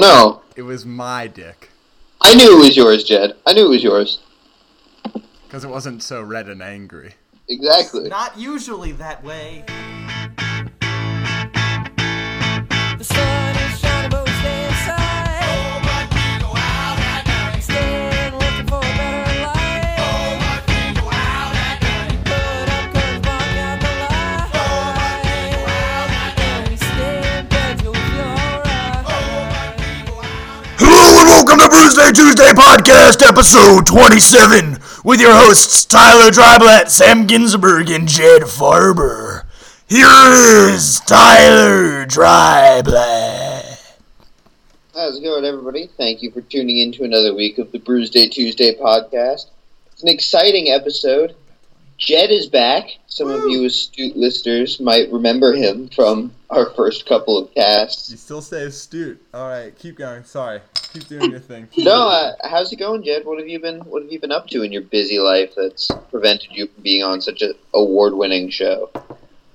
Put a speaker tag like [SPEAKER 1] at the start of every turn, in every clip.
[SPEAKER 1] know.
[SPEAKER 2] It was my dick.
[SPEAKER 1] Oh, I knew it was yours, Jed. I knew it was yours.
[SPEAKER 2] Because it wasn't so red and angry.
[SPEAKER 1] Exactly.
[SPEAKER 3] Not usually that way.
[SPEAKER 4] The sun is shining, but we stay inside. Oh, but we go out at night. Staying, looking for a better life. Oh, but we go out at night. Put up curtains, block out the light. Oh, but we go out at night. And we stay in bed till we feel alright.
[SPEAKER 5] Hello and welcome to Bruce Day Tuesday Podcast, episode 27, with your hosts Tyler Dryblatt, Sam Ginsberg, and Jed Farber. Here is Tyler Dryblatt.
[SPEAKER 1] How's it going, everybody? Thank you for tuning in to another week of the Bruise Day Tuesday podcast. It's an exciting episode. Jed is back. Some of you astute listeners might remember him from our first couple of casts.
[SPEAKER 2] You still say astute. All right, keep going. Sorry. Keep doing your thing. Keep
[SPEAKER 1] No,
[SPEAKER 2] doing
[SPEAKER 1] uh, how's it going, Jed? What have you been? What have you been up to in your busy life that's prevented you from being on such an award-winning show?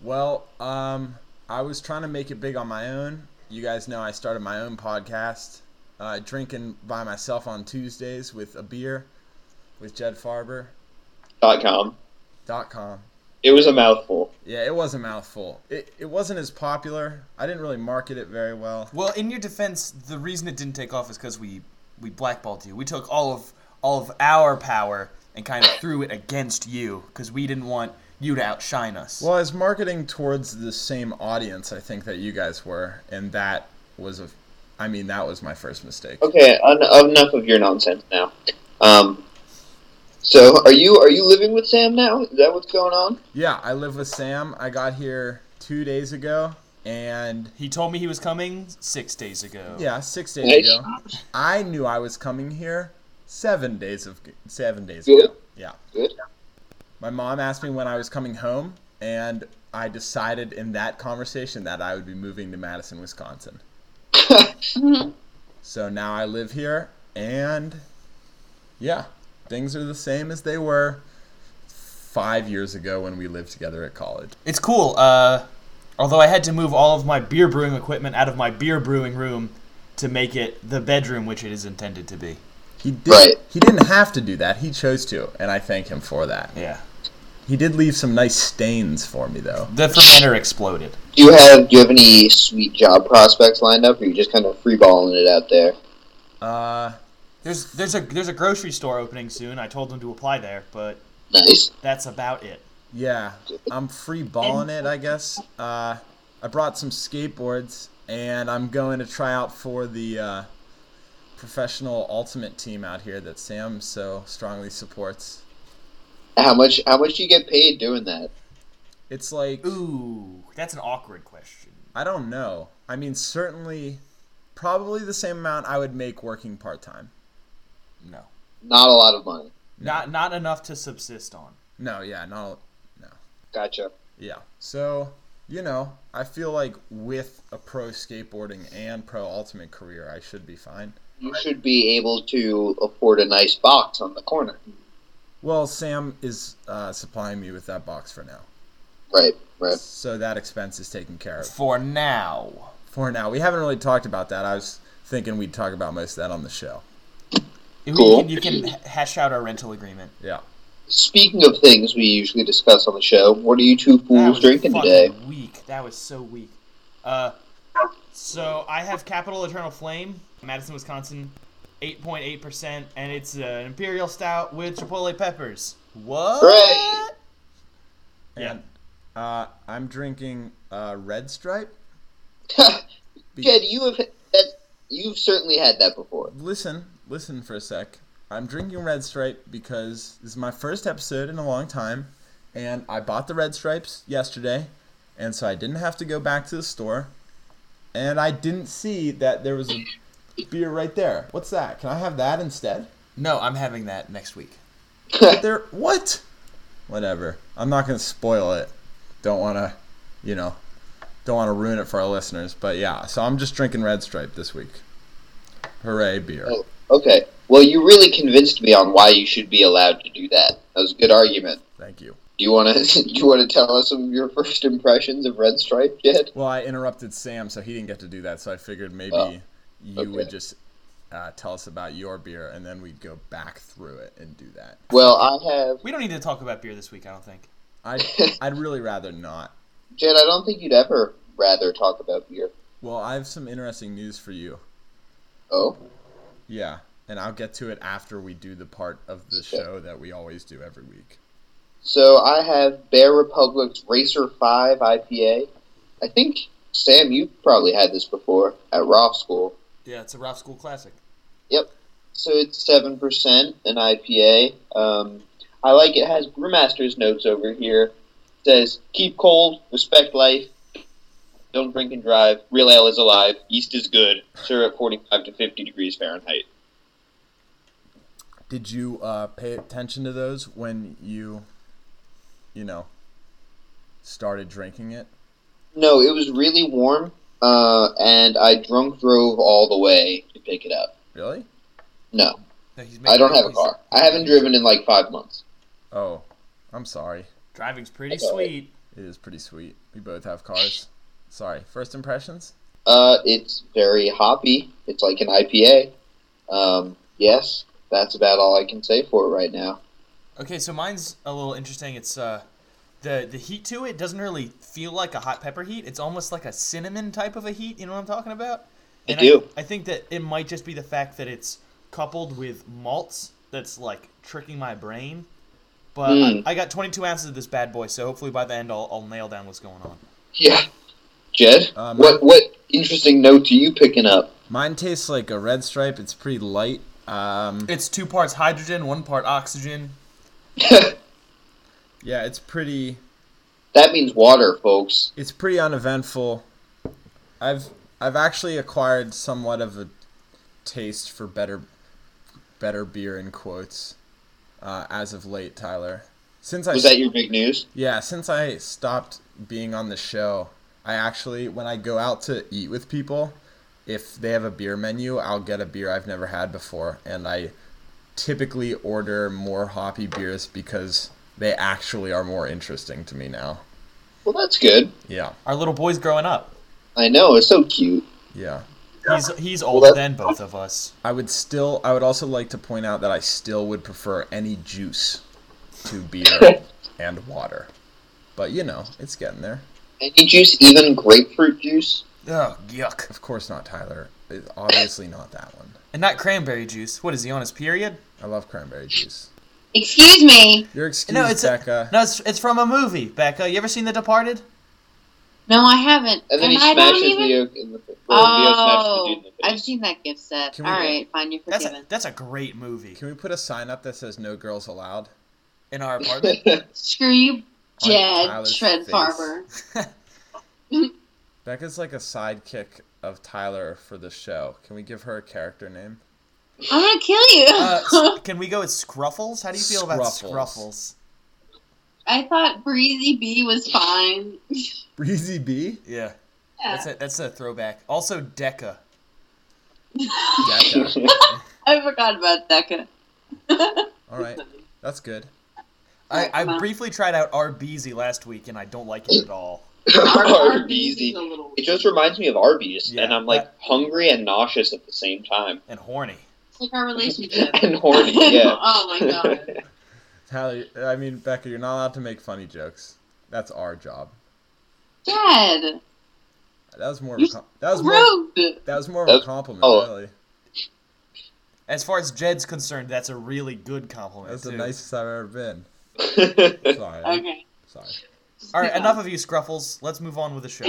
[SPEAKER 2] Well, um, I was trying to make it big on my own. You guys know I started my own podcast, uh, drinking by myself on Tuesdays with a beer, with Jed Farber
[SPEAKER 1] Dot com.
[SPEAKER 2] dot com.
[SPEAKER 1] It was a mouthful.
[SPEAKER 2] Yeah, it was a mouthful. It, it wasn't as popular. I didn't really market it very well.
[SPEAKER 3] Well, in your defense, the reason it didn't take off is because we we blackballed you. We took all of all of our power and kind of threw it against you because we didn't want you to outshine us.
[SPEAKER 2] Well, I was marketing towards the same audience I think that you guys were, and that was a, I mean, that was my first mistake.
[SPEAKER 1] Okay, en- enough of your nonsense now. Um, so are you are you living with Sam now? Is that what's going on?
[SPEAKER 2] Yeah, I live with Sam. I got here two days ago, and
[SPEAKER 3] he told me he was coming six days ago.
[SPEAKER 2] yeah, six days
[SPEAKER 1] Nice.
[SPEAKER 2] ago, I knew I was coming here seven days of seven days
[SPEAKER 1] Good.
[SPEAKER 2] ago. Yeah,
[SPEAKER 1] Good.
[SPEAKER 2] my mom asked me when I was coming home, and I decided in that conversation that I would be moving to Madison, Wisconsin. So now I live here, and yeah, things are the same as they were five years ago when we lived together at college.
[SPEAKER 3] It's cool. Uh, although I had to move all of my beer brewing equipment out of my beer brewing room to make it the bedroom which it is intended to be.
[SPEAKER 2] He did.
[SPEAKER 1] Right.
[SPEAKER 2] He didn't have to do that. He chose to, and I thank him for that.
[SPEAKER 3] Yeah.
[SPEAKER 2] He did leave some nice stains for me, though.
[SPEAKER 3] The fermenter exploded.
[SPEAKER 1] Do you have do you have any sweet job prospects lined up, or are you just kind of freeballing it out there?
[SPEAKER 2] Uh,
[SPEAKER 3] There's there's a there's a grocery store opening soon. I told them to apply there, but
[SPEAKER 1] Nice.
[SPEAKER 3] that's about it.
[SPEAKER 2] yeah, I'm free balling it, I guess. Uh, I brought some skateboards, and I'm going to try out for the uh, professional ultimate team out here that Sam so strongly supports.
[SPEAKER 1] How much how much do you get paid doing that?
[SPEAKER 2] It's like
[SPEAKER 3] Ooh, that's an awkward question.
[SPEAKER 2] I don't know. I mean, certainly, probably the same amount I would make working part time.
[SPEAKER 3] No.
[SPEAKER 1] Not a lot of money.
[SPEAKER 3] Not not enough to subsist on.
[SPEAKER 2] No, yeah, not no.
[SPEAKER 1] Gotcha.
[SPEAKER 2] Yeah. So, you know, I feel like with a pro skateboarding and pro ultimate career, I should be fine.
[SPEAKER 1] You should be able to afford a nice box on the corner.
[SPEAKER 2] Well, Sam is uh, supplying me with that box for now.
[SPEAKER 1] Right. Right.
[SPEAKER 2] So that expense is taken care of
[SPEAKER 3] For now.
[SPEAKER 2] for now. We haven't really talked about that. I was thinking we'd talk about most of that on the show.
[SPEAKER 3] You
[SPEAKER 1] Cool.
[SPEAKER 3] can- You can, hash out our rental agreement.
[SPEAKER 2] Yeah.
[SPEAKER 1] Speaking of things we usually discuss on the show, what are you two
[SPEAKER 3] That
[SPEAKER 1] fools
[SPEAKER 3] was
[SPEAKER 1] drinking
[SPEAKER 3] fucking
[SPEAKER 1] today?
[SPEAKER 3] Weak. That was so weak. Uh, so I have Capital Eternal Flame, Madison, Wisconsin, eight point eight percent, and it's an imperial stout with chipotle peppers. What?
[SPEAKER 1] Hooray!
[SPEAKER 3] Yeah.
[SPEAKER 2] Uh, I'm drinking uh, Red Stripe.
[SPEAKER 1] Jed, you have that. You've certainly had that before.
[SPEAKER 2] Listen, listen for a sec. I'm drinking Red Stripe because this is my first episode in a long time, and I bought the Red Stripes yesterday, and so I didn't have to go back to the store, and I didn't see that there was a beer right there. What's that? Can I have that instead?
[SPEAKER 3] No, I'm having that next week.
[SPEAKER 2] There. What? Whatever. I'm not gonna spoil it. Don't wanna, you know, don't wanna ruin it for our listeners. But yeah, so I'm just drinking Red Stripe this week. Hooray, beer.
[SPEAKER 1] Oh, okay. Well, you really convinced me on why you should be allowed to do that. That was a good argument.
[SPEAKER 2] Thank you.
[SPEAKER 1] Do you want to? Do you want to tell us some of your first impressions of Red Stripe, Jed?
[SPEAKER 2] Well, I interrupted Sam, so he didn't get to do that. So I figured maybe
[SPEAKER 1] Oh.
[SPEAKER 2] you would
[SPEAKER 1] Okay.
[SPEAKER 2] just uh, tell us about your beer, and then we'd go back through it and do that.
[SPEAKER 1] Well, I have
[SPEAKER 3] We don't need to talk about beer this week, I don't think.
[SPEAKER 2] I'd, I'd really rather not.
[SPEAKER 1] Jed. I don't think you'd ever rather talk about beer.
[SPEAKER 2] Well, I have some interesting news for you.
[SPEAKER 1] Oh,
[SPEAKER 2] Yeah, and I'll get to it after we do the part of the show that we always do every week.
[SPEAKER 1] so I have Bear Republic's Racer Five IPA. I think Sam, you probably had this before at Roth School.
[SPEAKER 3] Yeah, it's a Ralph School classic.
[SPEAKER 1] So it's seven percent an IPA. Um, I like it has brewmaster's notes over here. It says keep cold, respect life, don't drink and drive. Real ale is alive. Yeast is good. Serve at forty-five to fifty degrees Fahrenheit.
[SPEAKER 2] Did you uh, pay attention to those when you, you know, started drinking it?
[SPEAKER 1] No, it was really warm, uh, and I drunk drove all the way to pick it up.
[SPEAKER 2] Really?
[SPEAKER 1] No,
[SPEAKER 3] No, he's
[SPEAKER 1] I don't
[SPEAKER 3] making-
[SPEAKER 1] have a
[SPEAKER 3] he's-
[SPEAKER 1] car. I haven't driven in like five months.
[SPEAKER 2] Oh, I'm sorry.
[SPEAKER 3] Driving's pretty
[SPEAKER 1] That's all right.
[SPEAKER 3] sweet.
[SPEAKER 2] It is pretty sweet. We both have cars. Sorry. First impressions?
[SPEAKER 1] Uh, it's very hoppy. It's like an IPA. Um, yes, that's about all I can say for it right now.
[SPEAKER 3] Okay, so mine's a little interesting. It's uh, the the heat to it doesn't really feel like a hot pepper heat. It's almost like a cinnamon type of a heat. You know what I'm talking about?
[SPEAKER 1] I do.
[SPEAKER 3] I, think that it might just be the fact that it's coupled with malts that's like tricking my brain. But
[SPEAKER 1] Mm.
[SPEAKER 3] I, I got 22 ounces of this bad boy, so hopefully by the end I'll, I'll nail down what's going on.
[SPEAKER 1] Yeah, Jed,
[SPEAKER 3] Uh,
[SPEAKER 2] Um,
[SPEAKER 1] what what interesting notes are you picking up?
[SPEAKER 2] Mine tastes like a red stripe. It's pretty light. Um,
[SPEAKER 3] It's two parts hydrogen, one part oxygen.
[SPEAKER 2] yeah, it's pretty.
[SPEAKER 1] That means water, folks.
[SPEAKER 2] It's pretty uneventful. I've I've actually acquired somewhat of a taste for better better beer in quotes uh, as of late, Tyler. Since I
[SPEAKER 1] Was that your big news?
[SPEAKER 2] Yeah, since I stopped being on the show, I actually, when I go out to eat with people, if they have a beer menu, I'll get a beer I've never had before. And I typically order more hoppy beers because they actually are more interesting to me now.
[SPEAKER 1] Well, that's good.
[SPEAKER 2] Yeah,
[SPEAKER 3] Our little boy's growing up.
[SPEAKER 1] I know it's so cute.
[SPEAKER 2] yeah.
[SPEAKER 3] He's he's older
[SPEAKER 1] that-
[SPEAKER 3] than both of us.
[SPEAKER 2] I would still, I would also like to point out that I still would prefer any juice to beer and water. But you know, it's getting there.
[SPEAKER 1] Any juice, even grapefruit juice.
[SPEAKER 3] Ugh, yuck.
[SPEAKER 2] Of course not, Tyler. It- Obviously not that one.
[SPEAKER 3] And not cranberry juice. What is he on his period?
[SPEAKER 2] I love cranberry juice.
[SPEAKER 6] Excuse me.
[SPEAKER 2] You're excused,
[SPEAKER 3] No, it's a-
[SPEAKER 2] Becca.
[SPEAKER 3] No, it's, it's from a movie, Becca. You ever seen The Departed?
[SPEAKER 6] No, I haven't.
[SPEAKER 1] And then he
[SPEAKER 6] I
[SPEAKER 1] smashes
[SPEAKER 6] don't even.
[SPEAKER 1] Leo in the face.
[SPEAKER 6] oh,
[SPEAKER 1] Leo smashes the dude in the
[SPEAKER 6] I've
[SPEAKER 1] face.
[SPEAKER 6] seen that gift set.
[SPEAKER 2] Can
[SPEAKER 6] All
[SPEAKER 2] we
[SPEAKER 6] right,
[SPEAKER 2] go-
[SPEAKER 6] fine, you're
[SPEAKER 3] That's
[SPEAKER 6] forgiven.
[SPEAKER 3] a, that's a great movie
[SPEAKER 2] Can we put a sign up that says "No girls allowed"?
[SPEAKER 3] in our apartment.
[SPEAKER 6] Screw you,
[SPEAKER 2] On
[SPEAKER 3] Oh,
[SPEAKER 6] Jed
[SPEAKER 2] Tyler's
[SPEAKER 6] Trent
[SPEAKER 2] face.
[SPEAKER 6] Farber.
[SPEAKER 2] Becca's like a sidekick of Tyler for the show. Can we give her a character name?
[SPEAKER 6] I'm gonna kill you.
[SPEAKER 3] uh, s- can we go with Scruffles? How do you feel about
[SPEAKER 2] Scruffles.
[SPEAKER 3] Scruffles?
[SPEAKER 6] I thought Breezy B was fine.
[SPEAKER 2] Breezy B.
[SPEAKER 3] Yeah, that's a, that's a throwback. Also, Deca.
[SPEAKER 6] Oh,
[SPEAKER 2] Becca.
[SPEAKER 6] I forgot about Becca.
[SPEAKER 2] All right, that's good.
[SPEAKER 3] I, I
[SPEAKER 6] Mom.
[SPEAKER 3] briefly tried out RBZ last week, and I don't like it at all.
[SPEAKER 1] Arby's.
[SPEAKER 6] is a little
[SPEAKER 1] It just reminds me of Arby's,
[SPEAKER 3] Yeah,
[SPEAKER 1] and I'm like
[SPEAKER 3] that-
[SPEAKER 1] hungry and nauseous at the same time.
[SPEAKER 3] And horny.
[SPEAKER 6] It's like our relationship.
[SPEAKER 1] and horny, yeah.
[SPEAKER 6] oh my god.
[SPEAKER 2] Tyler, I mean Becca, you're not allowed to make funny jokes. That's our job.
[SPEAKER 6] Jed,
[SPEAKER 2] That was more. Of a com- that was more.
[SPEAKER 6] rude.
[SPEAKER 2] That was more of a
[SPEAKER 1] That's-
[SPEAKER 2] compliment,
[SPEAKER 1] oh.
[SPEAKER 2] really.
[SPEAKER 3] As far as Jed's concerned, that's a really good compliment.
[SPEAKER 2] That's the
[SPEAKER 3] too.
[SPEAKER 2] nicest I've ever been. Sorry. I'm
[SPEAKER 6] Okay.
[SPEAKER 2] Sorry.
[SPEAKER 3] All right, enough of you, Scruffles. Let's move on with the show.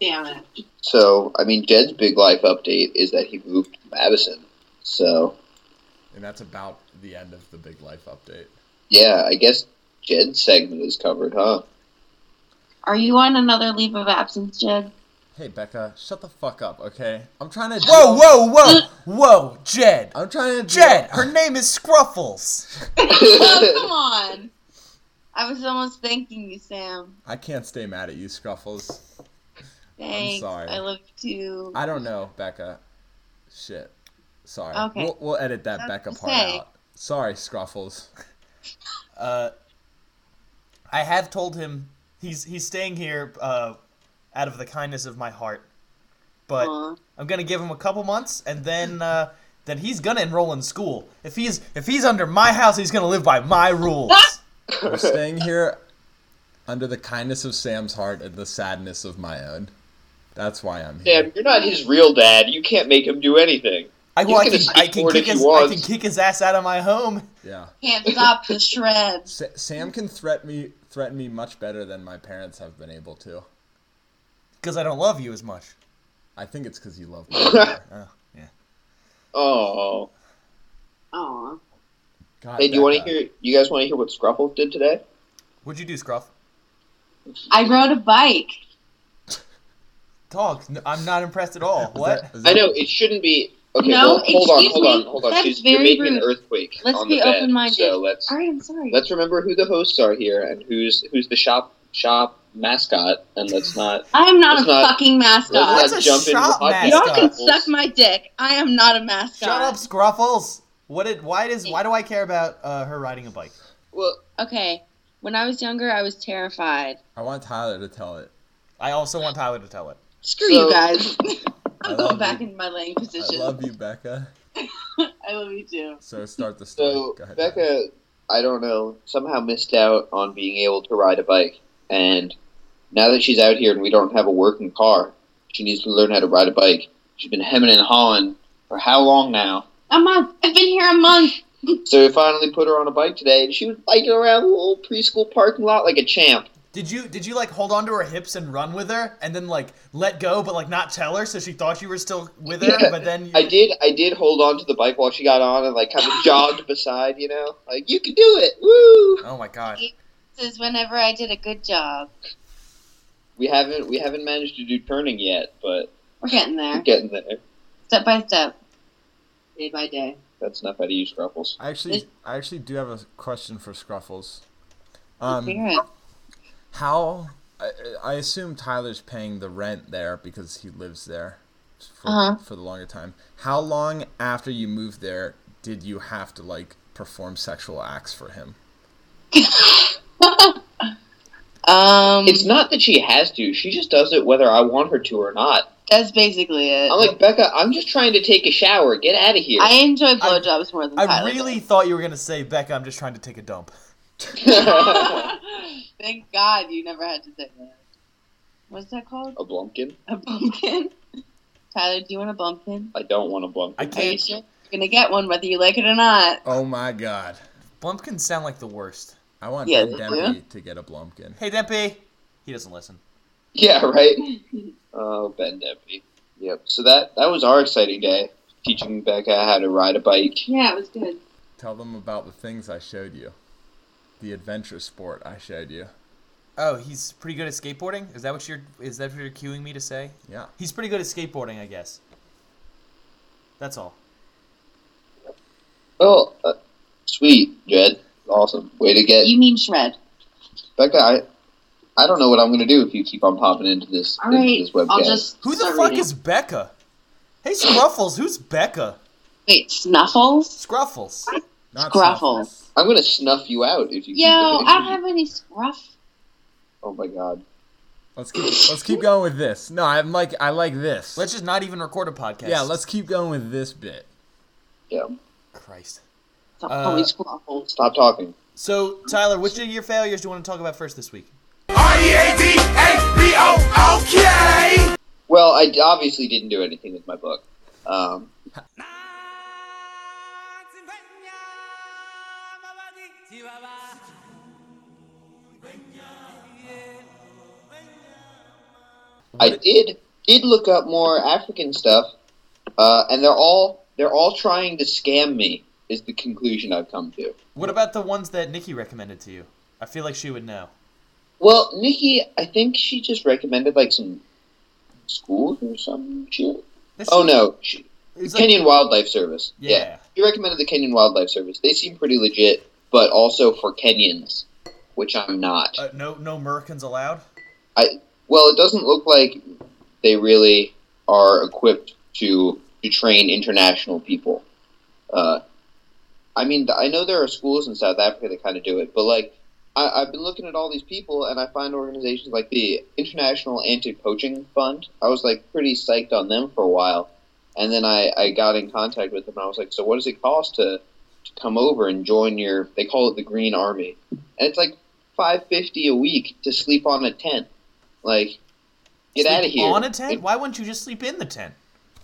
[SPEAKER 6] Damn it.
[SPEAKER 1] so, I mean, Jed's big life update is that he moved to Madison. So,
[SPEAKER 2] And that's about the end of the big life update.
[SPEAKER 1] yeah, I guess Jed's segment is covered, huh?
[SPEAKER 6] Are you on another leave of absence, Jed?
[SPEAKER 2] Hey Becca, shut the fuck up, okay? I'm trying to.
[SPEAKER 3] Whoa, whoa, whoa, whoa, Jed.
[SPEAKER 2] I'm trying to.
[SPEAKER 3] Jed, her name is Scruffles.
[SPEAKER 6] Oh, come on. I was almost thanking you, Sam.
[SPEAKER 2] I can't stay mad at you, Scruffles.
[SPEAKER 6] Thanks.
[SPEAKER 2] sorry.
[SPEAKER 6] I love you too.
[SPEAKER 2] I don't know, Becca. Shit. Sorry.
[SPEAKER 6] Okay.
[SPEAKER 2] We'll, we'll edit that
[SPEAKER 6] That's
[SPEAKER 2] Becca
[SPEAKER 6] what
[SPEAKER 2] part
[SPEAKER 6] I say.
[SPEAKER 2] out. Sorry, Scruffles.
[SPEAKER 3] Uh, I have told him he's he's staying here uh, out of the kindness of my heart, but
[SPEAKER 1] Uh-huh.
[SPEAKER 6] Aw.
[SPEAKER 3] I'm gonna give him a couple months, and then uh, then he's gonna enroll in school. If he's if he's under my house, he's gonna live by my rules.
[SPEAKER 2] We're staying here under the kindness of Sam's heart and the sadness of my own. That's why I'm here.
[SPEAKER 1] Sam, you're not his real dad. You can't make him do anything.
[SPEAKER 3] I,
[SPEAKER 1] He's
[SPEAKER 3] well, I
[SPEAKER 1] gonna
[SPEAKER 3] can, I can
[SPEAKER 1] skateboard
[SPEAKER 3] kick
[SPEAKER 1] if he
[SPEAKER 3] his I can
[SPEAKER 1] wants.
[SPEAKER 3] kick his ass out of my home.
[SPEAKER 2] Yeah.
[SPEAKER 6] Can't stop the shreds.
[SPEAKER 2] Sa- Sam can threaten me threaten me much better than my parents have been able to.
[SPEAKER 3] Because I don't love you as much.
[SPEAKER 2] I think it's because you love me. more.
[SPEAKER 3] Oh, yeah.
[SPEAKER 1] Oh.
[SPEAKER 6] Aw.
[SPEAKER 2] God,
[SPEAKER 1] Hey, do you want to
[SPEAKER 2] Becca.
[SPEAKER 1] hear? You guys want to hear what Scruffle did today?
[SPEAKER 3] What'd you do, Scruff?
[SPEAKER 6] I rode a bike.
[SPEAKER 3] Dog, n I'm not impressed at all.
[SPEAKER 2] Is
[SPEAKER 3] What?
[SPEAKER 2] that- is
[SPEAKER 1] I
[SPEAKER 2] that-
[SPEAKER 1] know it shouldn't be. Okay,
[SPEAKER 6] No,
[SPEAKER 1] well, hold on,
[SPEAKER 6] excuse
[SPEAKER 1] hold
[SPEAKER 6] me.
[SPEAKER 1] on, hold on.
[SPEAKER 6] That's
[SPEAKER 1] She's, you're
[SPEAKER 6] very
[SPEAKER 1] making an
[SPEAKER 6] rude.
[SPEAKER 1] earthquake
[SPEAKER 6] Let's
[SPEAKER 1] on
[SPEAKER 6] be
[SPEAKER 1] the bed.
[SPEAKER 6] open-minded.
[SPEAKER 1] So let's
[SPEAKER 6] All right, I'm sorry.
[SPEAKER 1] let's remember who the hosts are here and who's who's the shop shop mascot, and let's not
[SPEAKER 6] I am not
[SPEAKER 1] Let's
[SPEAKER 6] a
[SPEAKER 1] not-
[SPEAKER 6] fucking mascot.
[SPEAKER 1] let's
[SPEAKER 3] What's
[SPEAKER 1] not
[SPEAKER 3] a
[SPEAKER 1] jump into
[SPEAKER 3] shop
[SPEAKER 1] the podcast.
[SPEAKER 3] mascot?
[SPEAKER 6] Y'all can
[SPEAKER 1] Scruffles.
[SPEAKER 6] suck my dick. I am not a mascot.
[SPEAKER 3] Shut up, Scruffles. What did? Why does? Why do I care about uh, her riding a bike?
[SPEAKER 1] Well,
[SPEAKER 6] Okay. When I was younger, I was terrified.
[SPEAKER 2] I want Tyler to tell it.
[SPEAKER 3] I also want Tyler to tell it.
[SPEAKER 6] Screw
[SPEAKER 1] So-
[SPEAKER 6] you guys.
[SPEAKER 2] I
[SPEAKER 6] I'm
[SPEAKER 2] love
[SPEAKER 6] going back
[SPEAKER 2] you.
[SPEAKER 6] into my laying
[SPEAKER 2] I
[SPEAKER 6] position.
[SPEAKER 2] love you, Becca.
[SPEAKER 6] I love you too.
[SPEAKER 2] So start the story.
[SPEAKER 1] so
[SPEAKER 2] Go ahead, Tyler.
[SPEAKER 1] Becca, I don't know, somehow missed out on being able to ride a bike, and now that she's out here and we don't have a working car, she needs to learn how to ride a bike. She's been hemming and hawing for how long now?
[SPEAKER 6] A month. I've been here a month.
[SPEAKER 1] So we finally put her on a bike today, and she was biking around the little preschool parking lot like a champ.
[SPEAKER 3] Did you did you like hold onto her hips and run with her, and then like let go, but like not tell her, so she thought you were still with her,
[SPEAKER 1] Yeah,
[SPEAKER 3] but then you,
[SPEAKER 1] I did, I did hold on to the bike while she got on and like kind of jogged beside, you know, like you can do it, woo!
[SPEAKER 3] Oh my god!
[SPEAKER 6] This is whenever I did a good job.
[SPEAKER 1] We haven't, we haven't managed to do turning yet, but
[SPEAKER 6] We're getting
[SPEAKER 1] we're
[SPEAKER 6] there.
[SPEAKER 1] getting there.
[SPEAKER 6] Step by step. Day by day.
[SPEAKER 1] That's enough how to use scruffles.
[SPEAKER 2] I actually, I actually do have a question for Scruffles.
[SPEAKER 6] Let's
[SPEAKER 2] Um,
[SPEAKER 6] hear it.
[SPEAKER 2] how? I, I assume Tyler's paying the rent there because he lives there for,
[SPEAKER 6] Uh-huh.
[SPEAKER 2] for the longer time. How long after you moved there did you have to like perform sexual acts for him?
[SPEAKER 6] Um,
[SPEAKER 1] It's not that she has to. She just does it whether I want her to or not.
[SPEAKER 6] that's basically it.
[SPEAKER 1] I'm like, Becca, I'm just trying to take a shower. Get out of here.
[SPEAKER 6] I enjoy blowjobs more than
[SPEAKER 3] I
[SPEAKER 6] Tyler
[SPEAKER 3] really
[SPEAKER 6] does.
[SPEAKER 3] thought you were gonna say, Becca, I'm just trying to take a dump.
[SPEAKER 6] Thank God you never had to say that. What's that called?
[SPEAKER 1] a blumpkin?
[SPEAKER 6] A bumpkin? Tyler, do you want a bumpkin?
[SPEAKER 1] I don't want a blumpkin.
[SPEAKER 3] I
[SPEAKER 6] Are you
[SPEAKER 3] can't.
[SPEAKER 6] sure? You're gonna get one whether you like it or not.
[SPEAKER 2] Oh my god!
[SPEAKER 3] Blumpkins sound like the worst.
[SPEAKER 2] I want
[SPEAKER 6] Yeah,
[SPEAKER 2] Ben
[SPEAKER 6] they do.
[SPEAKER 2] Dempsey to get a blumpkin.
[SPEAKER 3] Hey, Dempy. He doesn't listen.
[SPEAKER 1] Yeah, right. Oh, Ben Debbie. Yep. So that that was our exciting day, teaching Becca how to ride a bike.
[SPEAKER 6] Yeah, it was good.
[SPEAKER 2] Tell them about the things I showed you, the adventure sport I showed you.
[SPEAKER 3] Oh, he's pretty good at skateboarding. Is that what you're? Is that what you're cueing me to say?
[SPEAKER 2] Yeah.
[SPEAKER 3] He's pretty good at skateboarding, I guess. That's all.
[SPEAKER 1] Oh, uh, sweet, Jed. Awesome. Way to get
[SPEAKER 6] You mean shred.
[SPEAKER 1] Becca. I I don't know what I'm gonna do if you keep on popping into this
[SPEAKER 6] All
[SPEAKER 1] into
[SPEAKER 6] right,
[SPEAKER 1] this webcast.
[SPEAKER 6] I'll just.
[SPEAKER 3] Who the
[SPEAKER 6] start
[SPEAKER 3] fuck
[SPEAKER 6] reading.
[SPEAKER 3] is Becca? Hey, Scruffles. Who's Becca?
[SPEAKER 6] Wait, Snuffles?
[SPEAKER 3] Scruffles.
[SPEAKER 2] Not
[SPEAKER 6] Scruffles.
[SPEAKER 2] softness.
[SPEAKER 1] I'm gonna snuff you out if you.
[SPEAKER 6] Yo,
[SPEAKER 1] keep
[SPEAKER 6] I don't have any scruff.
[SPEAKER 1] Oh my god.
[SPEAKER 2] Let's keep let's keep going with this. No, I'm like I like this.
[SPEAKER 3] Let's just not even record a podcast.
[SPEAKER 2] yeah, let's keep going with this bit.
[SPEAKER 1] Yeah.
[SPEAKER 3] Christ.
[SPEAKER 6] Stop
[SPEAKER 3] Uh,
[SPEAKER 6] calling me scruffles.
[SPEAKER 1] Stop talking.
[SPEAKER 3] So, Tyler, which of your failures do you want to talk about first this week?
[SPEAKER 1] Well, I d- obviously didn't do anything with my book. Um, I did did look up more African stuff, uh, and they're all they're all trying to scam me. Is the conclusion I've come to.
[SPEAKER 3] What about the ones that Nikki recommended to you? I feel like she would know.
[SPEAKER 1] Well, Nikki, I think she just recommended like some schools or some shit.
[SPEAKER 3] That's-
[SPEAKER 1] Oh no, she,
[SPEAKER 3] It's like-
[SPEAKER 1] Kenyan Wildlife Service.
[SPEAKER 3] yeah.
[SPEAKER 1] she recommended the Kenyan Wildlife Service. They seem pretty legit, but also for Kenyans, which I'm not.
[SPEAKER 3] Uh, no, no Merkins allowed.
[SPEAKER 1] Well, it doesn't look like they really are equipped to to train international people. Uh, I mean, I know there are schools in South Africa that kind of do it, but like I, I've been looking at all these people, and I find organizations like the International Anti-Poaching Fund. I was like pretty psyched on them for a while, and then I, I got in contact with them, and I was like, so what does it cost to to come over and join your? They call it the Green Army, and it's like five fifty a week to sleep on a tent. Like, get
[SPEAKER 3] Sleep
[SPEAKER 1] out of here!
[SPEAKER 3] On a tent? Why wouldn't you just sleep in the tent?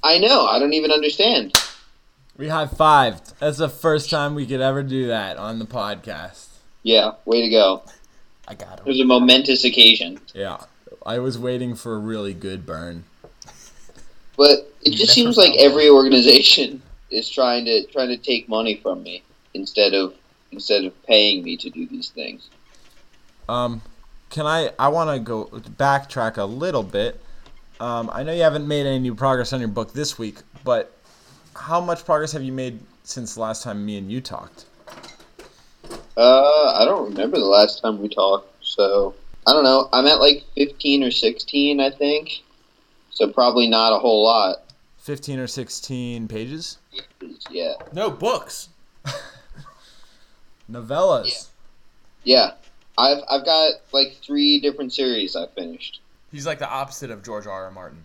[SPEAKER 1] I know. I don't even understand.
[SPEAKER 2] We high fived. That's the first time we could ever do that on the podcast.
[SPEAKER 1] Yeah, way to go.
[SPEAKER 3] I got
[SPEAKER 1] It
[SPEAKER 3] him.
[SPEAKER 1] was a momentous occasion.
[SPEAKER 2] Yeah. I was waiting for a really good burn.
[SPEAKER 1] But it just
[SPEAKER 3] Never
[SPEAKER 1] seems like
[SPEAKER 3] found
[SPEAKER 1] every organization is trying to trying to take money from me instead of instead of paying me to do these things.
[SPEAKER 2] Um, can I? I want to go backtrack a little bit. Um, I know you haven't made any new progress on your book this week, but how much progress have you made since the last time me and you talked?
[SPEAKER 1] Uh, I don't remember the last time we talked, so I don't know. I'm at like 15 or 16, I think. So probably not a whole lot.
[SPEAKER 2] Fifteen or sixteen pages?
[SPEAKER 1] Yeah,
[SPEAKER 3] No books.
[SPEAKER 2] Novellas.
[SPEAKER 1] yeah. I've I've got like three different series I finished.
[SPEAKER 3] He's like the opposite of George R. R. Martin.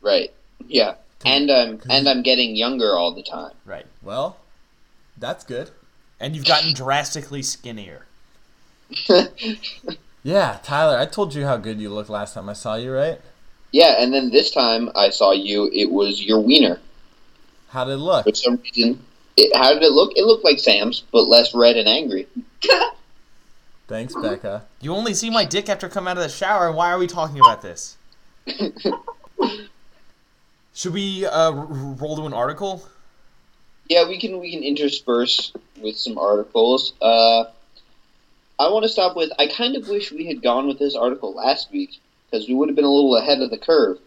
[SPEAKER 1] Right. Yeah. And I'm
[SPEAKER 2] Cause-
[SPEAKER 1] and I'm getting younger all the time.
[SPEAKER 3] Right.
[SPEAKER 2] Well, that's good.
[SPEAKER 3] And you've gotten drastically skinnier.
[SPEAKER 2] Yeah, Tyler, I told you how good you looked last time I saw you, right?
[SPEAKER 1] Yeah, and then this time I saw you. It was your wiener.
[SPEAKER 2] How did it look?
[SPEAKER 1] for some reason. It, how did it look? It looked like Sam's, but less red and angry.
[SPEAKER 2] Thanks, Becca.
[SPEAKER 3] You only see my dick after I come out of the shower, and why are we talking about this? Should we uh, r- r- roll to an article?
[SPEAKER 1] Yeah, we can we can intersperse with some articles. Uh, I want to stop with. I kind of wish we had gone with this article last week because we would have been a little ahead of the curve.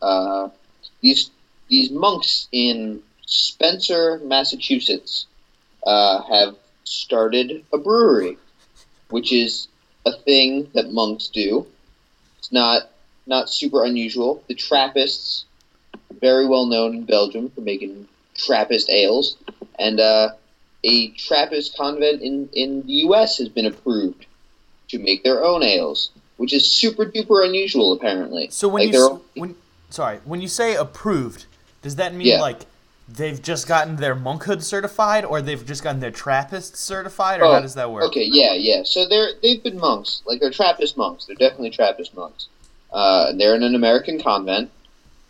[SPEAKER 1] Uh, these these monks in Spencer, Massachusetts, uh, have started a brewery, which is a thing that monks do. It's not not super unusual. The Trappists, very well known in Belgium for making Trappist ales, and uh, a Trappist convent in, in the U.S. has been approved to make their own ales, which is super duper unusual, apparently.
[SPEAKER 3] So when
[SPEAKER 1] Like,
[SPEAKER 3] you
[SPEAKER 1] they're e
[SPEAKER 3] s- when sorry, when you say approved, does that mean
[SPEAKER 1] Yeah.
[SPEAKER 3] like they've just gotten their monkhood certified, or they've just gotten their Trappist certified, or
[SPEAKER 1] Oh,
[SPEAKER 3] how does that work?
[SPEAKER 1] Okay, yeah, yeah. So they're they've been monks, like they're Trappist monks. They're definitely Trappist monks. Uh, they're in an American convent,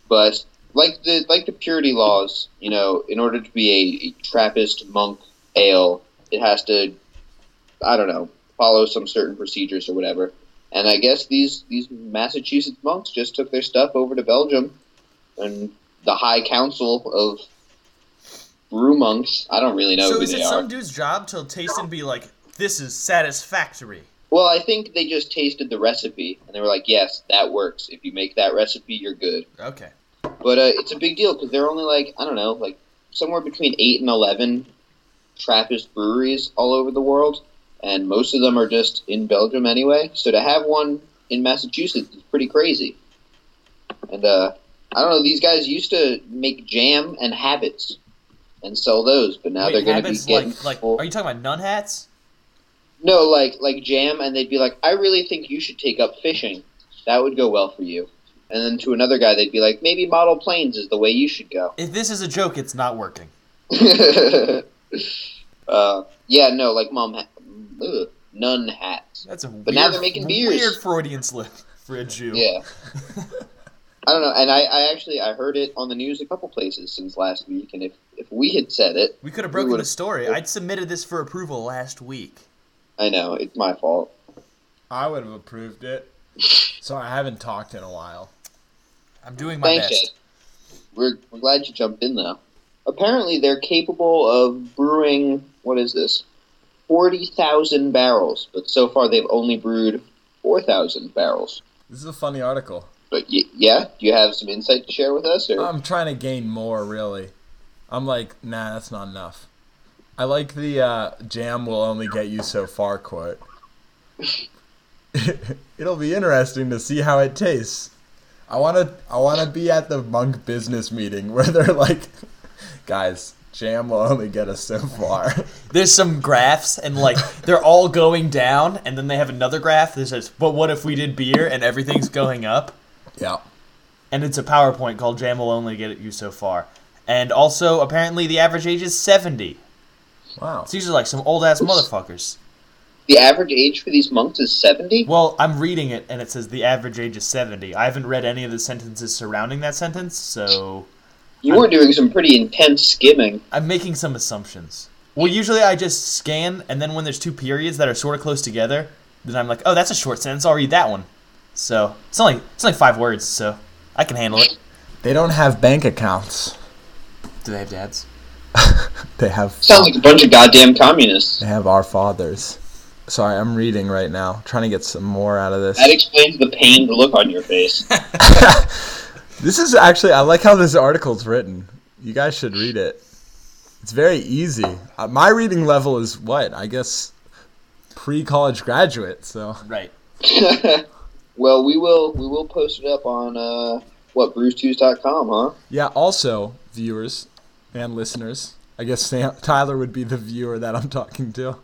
[SPEAKER 1] but like the like the purity laws, you know, in order to be a, a Trappist monk ale, it has to, I don't know, follow some certain procedures or whatever. And I guess these these Massachusetts monks just took their stuff over to Belgium, and the High Council of brew monks. I don't really know
[SPEAKER 3] so
[SPEAKER 1] who
[SPEAKER 3] is
[SPEAKER 1] they
[SPEAKER 3] it
[SPEAKER 1] are.
[SPEAKER 3] some dude's job to taste and be like, this is satisfactory?
[SPEAKER 1] Well, I think they just tasted the recipe and they were like, "Yes, that works. If you make that recipe, you're good."
[SPEAKER 3] Okay.
[SPEAKER 1] But uh, it's a big deal because they're only like I don't know, like somewhere between eight and eleven Trappist breweries all over the world, and most of them are just in Belgium anyway. So to have one in Massachusetts is pretty crazy. And uh, I don't know, these guys used to make jam and habits and sell those, but now
[SPEAKER 3] Wait,
[SPEAKER 1] they're going to be
[SPEAKER 3] habits
[SPEAKER 1] getting
[SPEAKER 3] like like
[SPEAKER 1] people-
[SPEAKER 3] are you talking about nun hats?
[SPEAKER 1] no, like like jam, and they'd be like, "I really think you should take up fishing. That would go well for you." And then to another guy, they'd be like, "Maybe model planes is the way you should go."
[SPEAKER 3] If this is a joke, it's not working.
[SPEAKER 1] uh, yeah, no, like mom, ha- ugh, nun hats.
[SPEAKER 3] That's a weird,
[SPEAKER 1] now they're making beers.
[SPEAKER 3] weird Freudian slip for a Jew.
[SPEAKER 1] Yeah, I don't know. And I, I actually I heard it on the news a couple places since last week, and if if we had said it,
[SPEAKER 3] We could have
[SPEAKER 1] We
[SPEAKER 3] broken the
[SPEAKER 1] would've-
[SPEAKER 3] story. I'd submitted this for approval last week.
[SPEAKER 1] I know it's my fault.
[SPEAKER 2] I would have approved it. So I haven't talked in a while.
[SPEAKER 3] I'm doing my
[SPEAKER 1] Thanks,
[SPEAKER 3] best.
[SPEAKER 1] We're, we're glad you jumped in though. Apparently, they're capable of brewing what is this, forty thousand barrels, but so far they've only brewed four thousand barrels.
[SPEAKER 2] This is a funny article.
[SPEAKER 1] But y- yeah, do you have some insight to share with us?
[SPEAKER 3] Um,
[SPEAKER 1] Or
[SPEAKER 2] I'm trying to gain more, really. I'm like, nah, that's not enough. I like the uh, jam will only get you so far quote. It'll be interesting to see how it tastes. I wanna, I wanna be at the monk business meeting where they're like, guys, Jam will only get us so far.
[SPEAKER 3] There's some graphs, and like they're all going down, and then they have another graph that says, "But what if we did beer and everything's going up?"
[SPEAKER 2] yeah.
[SPEAKER 3] And it's a PowerPoint called "Jam will only get you so far." And also, apparently, the average age is 70.
[SPEAKER 2] Wow.
[SPEAKER 3] It's usually like some old ass motherfuckers.
[SPEAKER 1] The average age for these monks is 70?
[SPEAKER 3] Well, I'm reading it, and it says the average age is 70. I haven't read any of the sentences surrounding that sentence, so
[SPEAKER 1] You were doing some pretty intense skimming.
[SPEAKER 3] I'm making some assumptions. Well, usually I just scan, and then when there's two periods that are sort of close together, then I'm like, oh, that's a short sentence. I'll read that one. So it's only it's only five words, so I can handle it.
[SPEAKER 2] They don't have bank accounts.
[SPEAKER 3] Do they have dads?
[SPEAKER 2] They have
[SPEAKER 1] Sounds like a bunch of goddamn communists.
[SPEAKER 2] they have our fathers. Sorry, I'm reading right now, trying to get some more out of
[SPEAKER 1] That
[SPEAKER 2] this.
[SPEAKER 1] explains the pained look on your face.
[SPEAKER 2] This is actually I like how this article's written. You guys should read it. It's very easy. Uh, my reading level is what? I guess pre-college graduate, so
[SPEAKER 3] Right.
[SPEAKER 1] well, we will we will post it up on uh, what brewstues.com, huh?
[SPEAKER 2] Yeah, also, viewers and listeners, I guess Sam, Tyler would be the viewer that I'm talking to.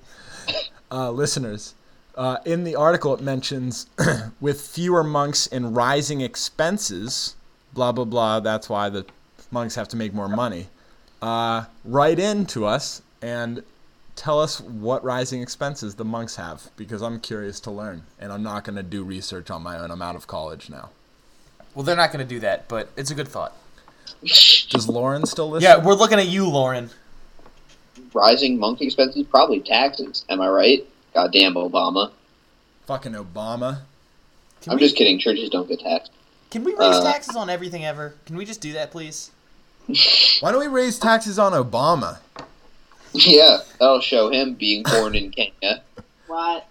[SPEAKER 2] Uh, listeners, uh, in the article it mentions with fewer monks and rising expenses, blah, blah, blah, that's why the monks have to make more money. Uh, write in to us and tell us what rising expenses the monks have because I'm curious to learn and I'm not going to do research on my own. I'm out of college now.
[SPEAKER 3] Well, they're not going to do that, but it's a good thought.
[SPEAKER 2] Does Lauren still listen?
[SPEAKER 3] Yeah, we're looking at you, Lauren.
[SPEAKER 1] Rising monk expenses, probably taxes. Am I right? Goddamn Obama.
[SPEAKER 2] Fucking Obama.
[SPEAKER 3] Can
[SPEAKER 1] I'm
[SPEAKER 3] we,
[SPEAKER 1] just kidding. Churches don't get taxed.
[SPEAKER 3] Can we raise
[SPEAKER 1] uh,
[SPEAKER 3] taxes on everything ever? Can we just do that, please?
[SPEAKER 2] Why don't we raise taxes on Obama?
[SPEAKER 1] yeah, that'll show him being born in Kenya.
[SPEAKER 6] What?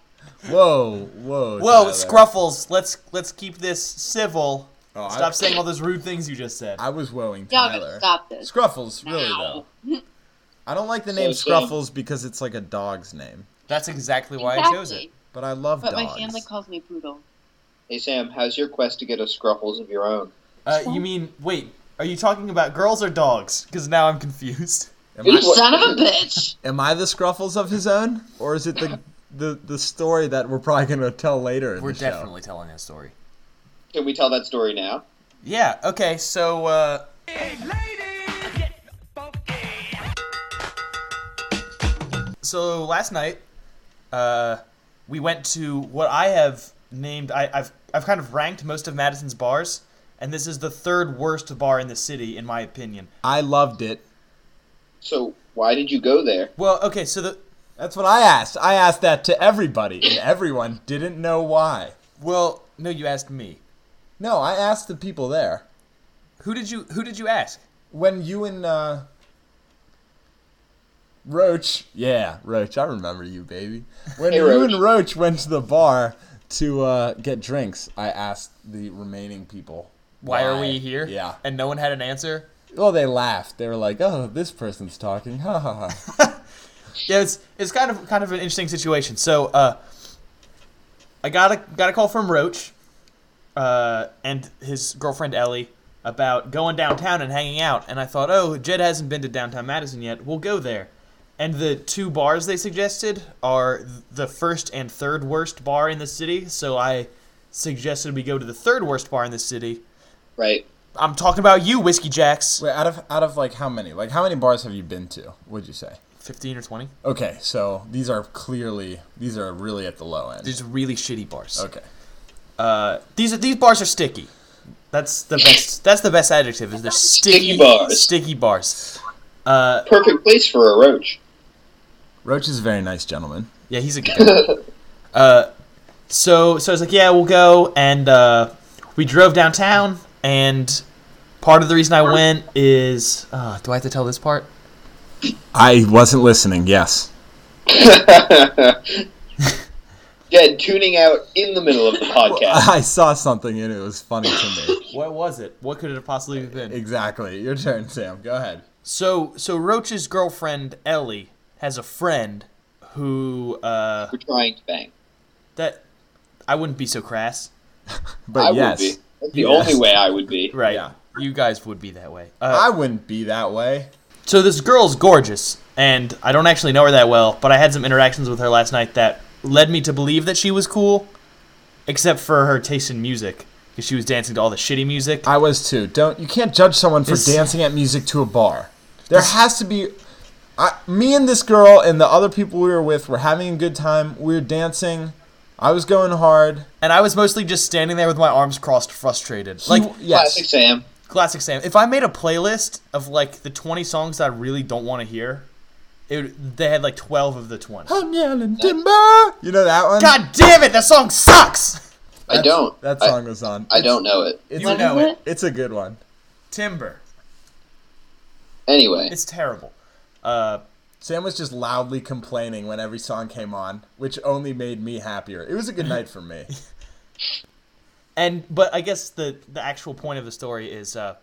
[SPEAKER 2] Whoa, whoa.
[SPEAKER 3] Whoa,
[SPEAKER 2] Tyler.
[SPEAKER 3] Scruffles, let's let's keep this civil.
[SPEAKER 2] Oh, I-
[SPEAKER 3] Stop saying all those rude things you just said.
[SPEAKER 2] I was wowing
[SPEAKER 6] Y'all
[SPEAKER 2] Tyler.
[SPEAKER 6] gotta stop this.
[SPEAKER 2] Scruffles, really
[SPEAKER 6] Ow.
[SPEAKER 2] though. I don't like the
[SPEAKER 1] So
[SPEAKER 2] name
[SPEAKER 1] sad.
[SPEAKER 2] Scruffles because it's like a dog's name,
[SPEAKER 3] That's exactly why I chose it.
[SPEAKER 6] Exactly.
[SPEAKER 2] but I love
[SPEAKER 6] But
[SPEAKER 2] dogs.
[SPEAKER 6] my family calls me poodle.
[SPEAKER 1] Hey Sam, how's your quest to get a scruffles of your own?
[SPEAKER 3] Uh, you mean wait? Are you talking about girls or dogs? Because now I'm confused.
[SPEAKER 2] am,
[SPEAKER 1] Here's
[SPEAKER 2] I,
[SPEAKER 1] what-
[SPEAKER 6] Son of a bitch.
[SPEAKER 2] am I the Scruffles of his own, or is it the the, the story that we're probably gonna tell later in
[SPEAKER 3] We're
[SPEAKER 2] the show?
[SPEAKER 3] definitely telling a story.
[SPEAKER 1] Can we tell that story now?
[SPEAKER 3] Yeah. Okay. So uh, so last night, uh, we went to what I have named. I, I've I've kind of ranked most of Madison's bars, and this is the third worst bar in the city, in my opinion.
[SPEAKER 2] I loved it.
[SPEAKER 1] So why did you go there?
[SPEAKER 3] Well, okay. So the
[SPEAKER 2] That's what I asked. I asked that to everybody, and everyone didn't know why.
[SPEAKER 3] well, no, you asked me.
[SPEAKER 2] No, I asked the people there.
[SPEAKER 3] Who did you Who did you ask?
[SPEAKER 2] when you and uh, Roach, yeah, Roach, I remember you, baby. When
[SPEAKER 1] Hey,
[SPEAKER 2] you
[SPEAKER 1] Roach.
[SPEAKER 2] and Roach went to the bar to uh, get drinks, I asked the remaining people.
[SPEAKER 3] Why, are we here?
[SPEAKER 2] Yeah.
[SPEAKER 3] And no one had an answer.
[SPEAKER 2] Well, they laughed. They were like, "Oh, this person's talking." Ha ha ha.
[SPEAKER 3] Yeah, it's it's kind of kind of an interesting situation. So uh, I got a got a call from Roach, uh, and his girlfriend Ellie about going downtown and hanging out. And I thought, oh, Jed hasn't been to downtown Madison yet. We'll go there. And the two bars they suggested are th- the first and third worst bar in the city. So I suggested we go to the third worst bar in the city.
[SPEAKER 1] Right.
[SPEAKER 3] I'm talking about you, Whiskey Jacks.
[SPEAKER 2] Wait, out of out of like how many? Like how many bars have you been to? Would you say?
[SPEAKER 3] Fifteen or twenty.
[SPEAKER 2] Okay, so these are clearly these are really at the low end.
[SPEAKER 3] These are really shitty bars.
[SPEAKER 2] okay.
[SPEAKER 3] Uh, these are, these bars are sticky. That's the best. That's the best adjective. Is they're sticky,
[SPEAKER 1] Sticky bars.
[SPEAKER 3] Sticky bars. Uh,
[SPEAKER 1] Perfect place for a roach.
[SPEAKER 2] Roach is a very nice gentleman.
[SPEAKER 3] yeah, he's a good guy. Uh, so so I was like, yeah, we'll go, and uh, we drove downtown, and part of the reason I went is, uh, do I have to tell this part?
[SPEAKER 2] I wasn't listening. Yes.
[SPEAKER 1] Jed tuning out in the middle of the
[SPEAKER 2] uh,
[SPEAKER 1] podcast.
[SPEAKER 2] I saw something and it was funny to me.
[SPEAKER 3] What was it? What could it have possibly been?
[SPEAKER 2] Exactly. Your turn, Sam. Go ahead.
[SPEAKER 3] So so Roach's girlfriend Ellie has a friend who uh,
[SPEAKER 1] We're trying to bang.
[SPEAKER 3] that I wouldn't be so crass.
[SPEAKER 2] But
[SPEAKER 1] I
[SPEAKER 2] yes,
[SPEAKER 1] would be. That's the
[SPEAKER 2] Yes.
[SPEAKER 1] only way I would be.
[SPEAKER 3] Right.
[SPEAKER 2] Yeah.
[SPEAKER 3] You guys would be that way.
[SPEAKER 2] I
[SPEAKER 3] Uh,
[SPEAKER 2] wouldn't be that way.
[SPEAKER 3] So this girl's gorgeous, and I don't actually know her that well, but I had some interactions with her last night that led me to believe that she was cool, except for her taste in music, because she was dancing to all the shitty music.
[SPEAKER 2] I was too. Don't you can't judge someone for
[SPEAKER 3] This-
[SPEAKER 2] dancing at music to a bar. There has to be. I, me and this girl and the other people we were with were having a good time. We were dancing. I was going hard.
[SPEAKER 3] And I was mostly just standing there with my arms crossed, frustrated. Like,
[SPEAKER 2] You- yes,
[SPEAKER 1] Classic Sam.
[SPEAKER 3] classic Sam. If I made a playlist of, like, the 20 songs that I really don't want to hear, it, would- they had, like, 12 of the 20.
[SPEAKER 2] I'm yelling timber. You know that one?
[SPEAKER 3] God damn it, that song sucks!
[SPEAKER 1] I don't.
[SPEAKER 2] That
[SPEAKER 1] I-
[SPEAKER 2] song was on.
[SPEAKER 1] I, don't know it.
[SPEAKER 2] It's,
[SPEAKER 3] You
[SPEAKER 2] it's,
[SPEAKER 3] know
[SPEAKER 6] is
[SPEAKER 3] it.
[SPEAKER 6] it?
[SPEAKER 2] it's a good one.
[SPEAKER 3] Timber.
[SPEAKER 1] Anyway,
[SPEAKER 3] It's terrible. Uh,
[SPEAKER 2] Sam was just loudly complaining when every song came on, which only made me happier. It was a good night for me.
[SPEAKER 3] and but I guess the the actual point of the story is uh,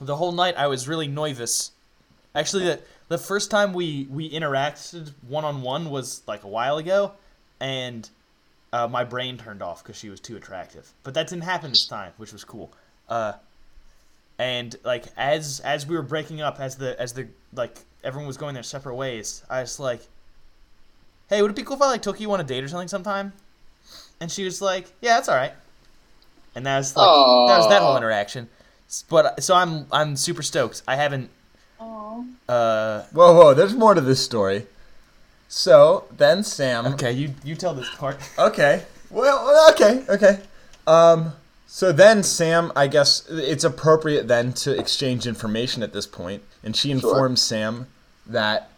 [SPEAKER 3] the whole night I was really nervous. Actually, the the first time we we interacted one on one was like a while ago, and uh, my brain turned off because she was too attractive. But that didn't happen this time, which was cool. Uh, and like as as we were breaking up, as the as the like everyone was going their separate ways, I was like, "Hey, would it be cool if I like took you on a date or something sometime?" And she was like, "Yeah, that's all right." And that was like that was that whole
[SPEAKER 1] Aw.
[SPEAKER 3] interaction. S- But so I'm I'm super stoked. I haven't
[SPEAKER 6] Oh.
[SPEAKER 3] uh
[SPEAKER 2] Whoa, whoa, there's more to this story. So then Sam.
[SPEAKER 3] okay, you you tell this part.
[SPEAKER 2] Okay. Well, okay, okay. Um, so then Sam, I guess it's appropriate then to exchange information at this point, and she informs Sam that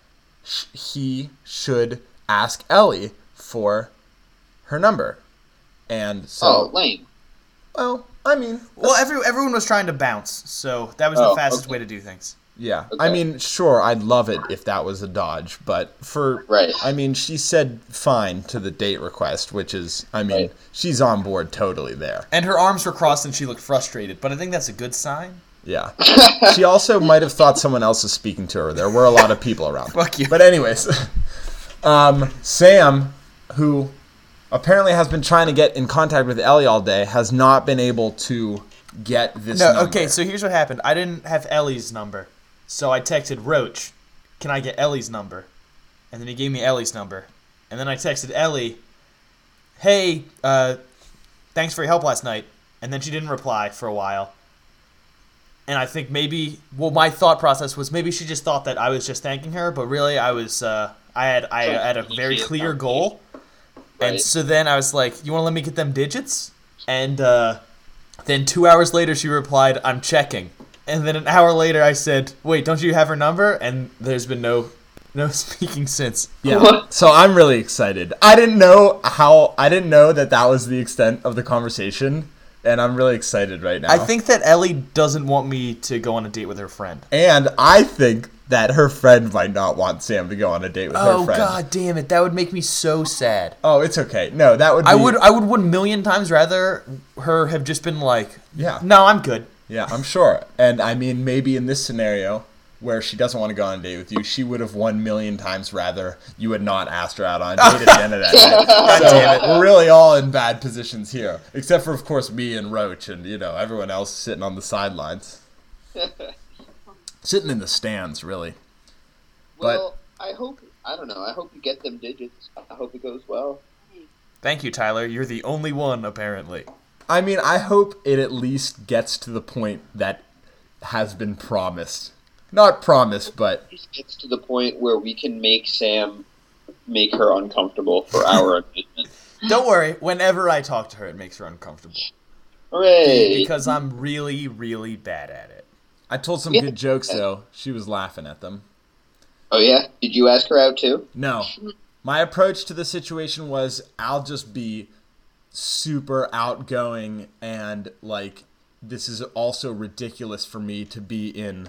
[SPEAKER 2] sh- he should ask Ellie for her number. And so,
[SPEAKER 1] oh, lame.
[SPEAKER 2] well, I mean,
[SPEAKER 3] well, every everyone was trying to bounce, so that was the
[SPEAKER 1] Oh,
[SPEAKER 3] fastest
[SPEAKER 1] okay.
[SPEAKER 3] way to do things.
[SPEAKER 2] Yeah, I
[SPEAKER 1] Okay.
[SPEAKER 2] mean, sure, I'd love it if that was a dodge, but for
[SPEAKER 1] Right.
[SPEAKER 2] I mean, she said fine to the date request, which is, I mean,
[SPEAKER 1] Right.
[SPEAKER 2] she's on board totally there.
[SPEAKER 3] And her arms were crossed and she looked frustrated, but I think that's a good sign.
[SPEAKER 2] Yeah, she also might have thought someone else was speaking to her. There were a lot of people around.
[SPEAKER 3] Fuck you.
[SPEAKER 1] uh,
[SPEAKER 2] But anyways, um, Sam, who apparently has been trying to get in contact with Ellie all day, has not been able to get this.
[SPEAKER 3] No,
[SPEAKER 2] number.
[SPEAKER 3] okay, so here's what happened. I didn't have Ellie's number. So I texted Roach, "Can I get Ellie's number?" And then he gave me Ellie's number. And then I texted Ellie, "Hey, uh thanks for your help last night." And then she didn't reply for a while. And I think maybe well my thought process was maybe she just thought that I was just thanking her, but really I was uh I had I had a very clear goal. And
[SPEAKER 1] Right.
[SPEAKER 3] so then I was like, "You want to let me get them digits?" And uh then two hours later, she replied, I'm checking. And then an hour later, I said, Wait, don't you have her number? And there's been no no speaking since.
[SPEAKER 2] Yeah. So I'm really excited. I didn't know how. I didn't know that that was the extent of the conversation, and I'm really excited right now.
[SPEAKER 3] I think that Ellie doesn't want me to go on a date with her friend.
[SPEAKER 2] and I think that her friend might not want Sam to go on a date with her
[SPEAKER 3] Oh
[SPEAKER 2] friend.
[SPEAKER 3] god damn it, that would make me so sad.
[SPEAKER 2] Oh, it's okay. No, that would. Be,
[SPEAKER 3] I would I would one million times rather her have just been like
[SPEAKER 2] Yeah.
[SPEAKER 3] No, I'm good.
[SPEAKER 2] Yeah, I'm sure. And I mean, maybe in this scenario where she doesn't want to go on a date with you, she would have one million times rather you had not asked her out on a date at the end of that night. So we're really all in bad positions here, except for of course me and Roach and you know everyone else sitting on the sidelines, sitting in the stands, really.
[SPEAKER 1] Well, I hope. I don't know. I hope you get them digits. I hope it goes well.
[SPEAKER 3] Thank you, Tyler. You're the only one apparently.
[SPEAKER 2] I mean, I hope it at least gets to the point that has been promised. Not promised, but
[SPEAKER 1] It gets to the point where we can make Sam make her uncomfortable for our amusement.
[SPEAKER 3] Don't worry, whenever I talk to her it makes her uncomfortable.
[SPEAKER 1] Hooray!
[SPEAKER 3] Because I'm really, really bad at it.
[SPEAKER 2] I told some
[SPEAKER 1] Yeah.
[SPEAKER 2] good jokes though. She was laughing at them.
[SPEAKER 1] Oh yeah. Did you ask her out too?
[SPEAKER 2] No. My approach to the situation was I'll just be super outgoing and like this is also ridiculous for me to be in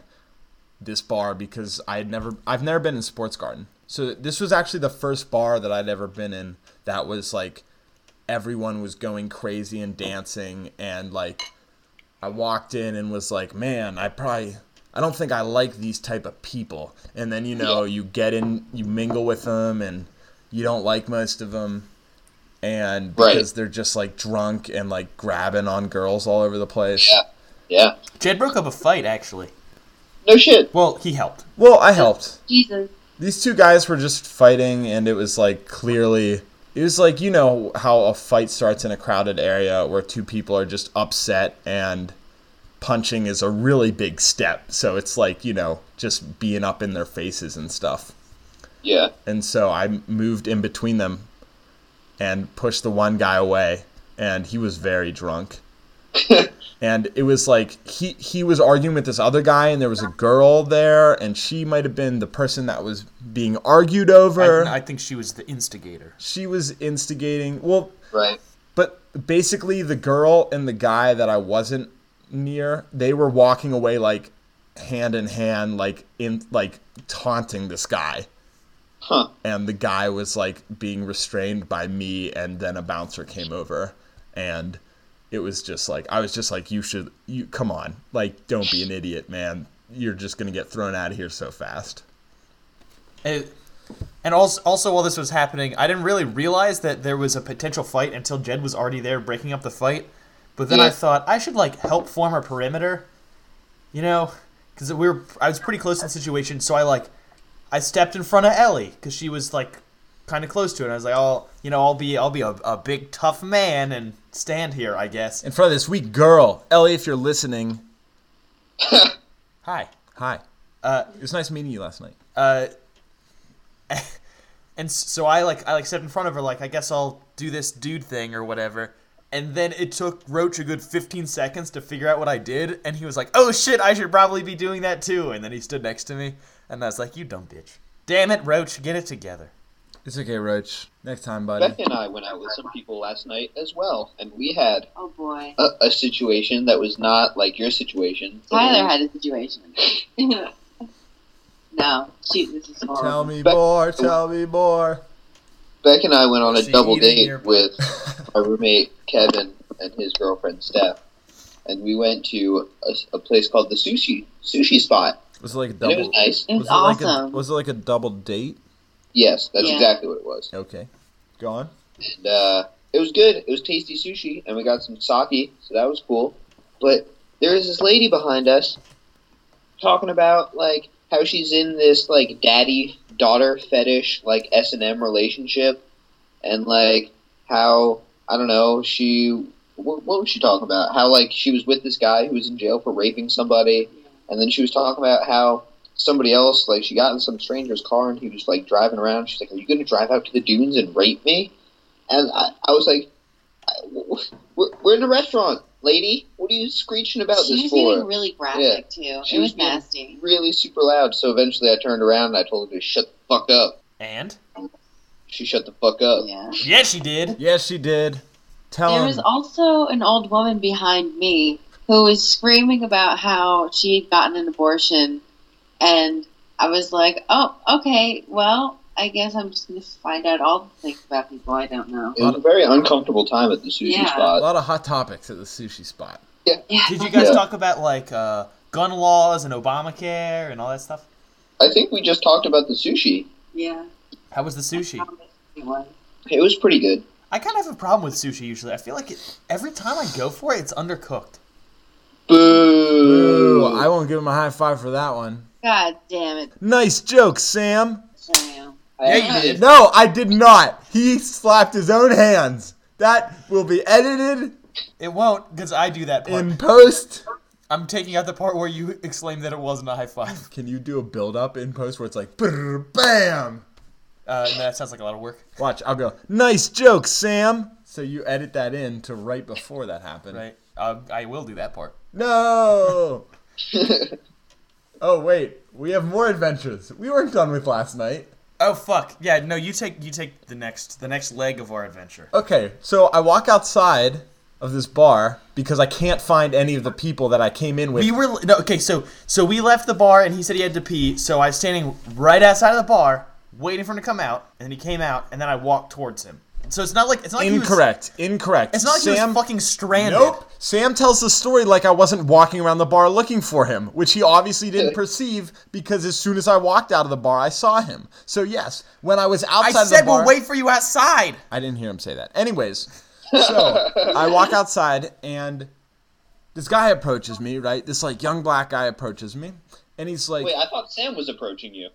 [SPEAKER 2] this bar because I had never I've never been in Sports Garden. So this was actually the first bar that I'd ever been in that was like everyone was going crazy and dancing and like I walked in and was like, "Man, I probably I don't think I like these type of people." And then you know, you get in, you mingle with them and you don't like most of them and
[SPEAKER 1] Right.
[SPEAKER 2] because they're just like drunk and like grabbing on girls all over the place.
[SPEAKER 1] Yeah. Yeah.
[SPEAKER 3] Jed broke up a fight, actually.
[SPEAKER 1] No shit.
[SPEAKER 3] Well, he helped.
[SPEAKER 2] Well, I helped.
[SPEAKER 6] Jesus.
[SPEAKER 2] These two guys were just fighting, and it was like clearly. It was like, you know, how a fight starts in a crowded area where two people are just upset, and punching is a really big step. So it's like, you know, just being up in their faces and stuff.
[SPEAKER 1] Yeah.
[SPEAKER 2] And so I moved in between them and pushed the one guy away, and he was very drunk. and it was like he he was arguing with this other guy, and there was a girl there, and she might have been the person that was being argued over.
[SPEAKER 3] I, I think she was the instigator.
[SPEAKER 2] she was instigating. Well,
[SPEAKER 1] Right.
[SPEAKER 2] but basically, the girl and the guy that I wasn't near, they were walking away like hand in hand, like in like taunting this guy
[SPEAKER 1] Huh.
[SPEAKER 2] and the guy was like being restrained by me and then a bouncer came over and it was just like i was just like you should you come on like don't be an idiot man you're just gonna get thrown out of here so fast
[SPEAKER 3] And, and also, also while this was happening, I didn't really realize that there was a potential fight until Jed was already there breaking up the fight. But then I
[SPEAKER 1] Yeah.
[SPEAKER 3] thought I should like help form a perimeter, you know, because we were I was pretty close to the situation. So I like I stepped in front of Ellie because she was like kind of close to it. And I was like, I'll you know I'll be I'll be a, a big tough man and stand here, I guess.
[SPEAKER 2] in front of this weak girl ellie if you're listening
[SPEAKER 3] Hi.
[SPEAKER 2] hi
[SPEAKER 3] Uh,
[SPEAKER 2] it was nice meeting you last night
[SPEAKER 3] uh, and s- so I like I like stepped in front of her like I guess I'll do this dude thing or whatever. And then it took Roach a good 15 seconds to figure out what I did, and he was like, "Oh shit, I should probably be doing that too." And then he stood next to me, and I was like, "You dumb bitch! Damn it, Roach, get it together."
[SPEAKER 2] it's okay roach next time buddy
[SPEAKER 1] Beth and I went out with some people last night as well, and we had
[SPEAKER 6] Oh boy.
[SPEAKER 1] a, a situation that was not like your situation. but it
[SPEAKER 6] Tyler
[SPEAKER 1] was-
[SPEAKER 6] had a situation. no, shoot, this is horrible.
[SPEAKER 2] tell me
[SPEAKER 1] But-
[SPEAKER 2] more tell me more
[SPEAKER 1] Beck and I went on a
[SPEAKER 3] See,
[SPEAKER 1] double
[SPEAKER 3] eating
[SPEAKER 1] date
[SPEAKER 3] your-
[SPEAKER 1] with my roommate Kevin and his girlfriend Steph, and we went to a, a place called the sushi sushi spot,
[SPEAKER 2] was it like a
[SPEAKER 1] and it was
[SPEAKER 2] double
[SPEAKER 1] nice.
[SPEAKER 6] It was,
[SPEAKER 2] was it, like a,
[SPEAKER 6] awesome.
[SPEAKER 2] was it like a double date
[SPEAKER 1] Yes, that's
[SPEAKER 6] Yeah.
[SPEAKER 1] exactly what it was,
[SPEAKER 2] okay go on
[SPEAKER 1] and uh, it was good. It was tasty sushi, and we got some sake, so that was cool. But there was this lady behind us talking about like how she's in this like daddy daughter fetish like S and M relationship, and like how I don't know she what, what was she talking about? How like she was with this guy who was in jail for raping somebody, and then she was talking about how somebody else like she got in some stranger's car and he was like driving around. She's like, "Are you going to drive out to the dunes and rape me?" And I, I was like, I- w- w- we're, "We're in a restaurant, lady. What are you screeching about
[SPEAKER 6] she
[SPEAKER 1] this
[SPEAKER 6] was
[SPEAKER 1] for?"
[SPEAKER 6] getting really graphic too.
[SPEAKER 1] She
[SPEAKER 6] it
[SPEAKER 1] was
[SPEAKER 6] was
[SPEAKER 1] being-
[SPEAKER 6] nasty.
[SPEAKER 1] really super loud. So eventually I turned around and I told her to shut the fuck up.
[SPEAKER 3] And
[SPEAKER 1] She shut the fuck up.
[SPEAKER 6] Yeah.
[SPEAKER 3] yeah, she did.
[SPEAKER 2] yes she did tell
[SPEAKER 6] There
[SPEAKER 2] him
[SPEAKER 6] was also an old woman behind me who was screaming about how she had gotten an abortion, and I was like, "Oh, okay. Well, I guess I'm just going to find out all the things about people I don't know."
[SPEAKER 1] It was a very uncomfortable time at the sushi
[SPEAKER 6] Yeah.
[SPEAKER 2] a
[SPEAKER 1] spot.
[SPEAKER 2] lot of hot topics at the sushi spot
[SPEAKER 6] Yeah.
[SPEAKER 3] Did you guys
[SPEAKER 1] Yeah.
[SPEAKER 3] talk about like uh, gun laws and Obamacare and all that stuff?
[SPEAKER 1] I think we just talked about the sushi.
[SPEAKER 6] Yeah.
[SPEAKER 3] How was the sushi?
[SPEAKER 1] It was pretty good.
[SPEAKER 3] I kind of have a problem with sushi usually. I feel like it, every time I go for it, it's undercooked.
[SPEAKER 1] Boo!
[SPEAKER 2] Ooh, I won't give him a high five for that one.
[SPEAKER 6] God damn it,
[SPEAKER 2] Nice joke, Sam.
[SPEAKER 6] Sam.
[SPEAKER 1] I
[SPEAKER 3] Yeah, you did.
[SPEAKER 2] No, I did not. He slapped his own hands. That will be edited
[SPEAKER 3] It won't, because I do that part.
[SPEAKER 2] in post.
[SPEAKER 3] I'm taking out the part where you exclaim that it wasn't a high five.
[SPEAKER 2] Can you do a build up in post where it's like brr, bam?
[SPEAKER 3] Uh, no, that sounds like a lot of work.
[SPEAKER 2] Watch, I'll go. Nice joke, Sam. So you edit that in to right before that happened.
[SPEAKER 3] Right? Um, I will do that part.
[SPEAKER 2] No. oh wait, we have more adventures. We weren't done with last night.
[SPEAKER 3] Oh fuck! Yeah, no, you take you take the next the next leg of our adventure.
[SPEAKER 2] Okay, so I walk outside of this bar because I can't find any of the people that I came in with.
[SPEAKER 3] We were no okay. So so we left the bar and he said he had to pee. So I was standing right outside of the bar waiting for him to come out, and then he came out, and then I walked towards him. So it's not like it's not like he was-
[SPEAKER 2] Incorrect. Incorrect.
[SPEAKER 3] it's not like he was fucking stranded.
[SPEAKER 2] Nope. Sam tells the story like I wasn't walking around the bar looking for him, which he obviously didn't perceive because as soon as I walked out of the bar, I saw him. So yes, when I was
[SPEAKER 3] I
[SPEAKER 2] outside of the
[SPEAKER 3] said
[SPEAKER 2] bar,
[SPEAKER 3] we'll wait for you outside.
[SPEAKER 2] I didn't hear him say that. Anyways, so I walk outside and this guy approaches me, right? This like young black guy approaches me, and he's like,
[SPEAKER 1] Wait, I thought Sam was approaching you.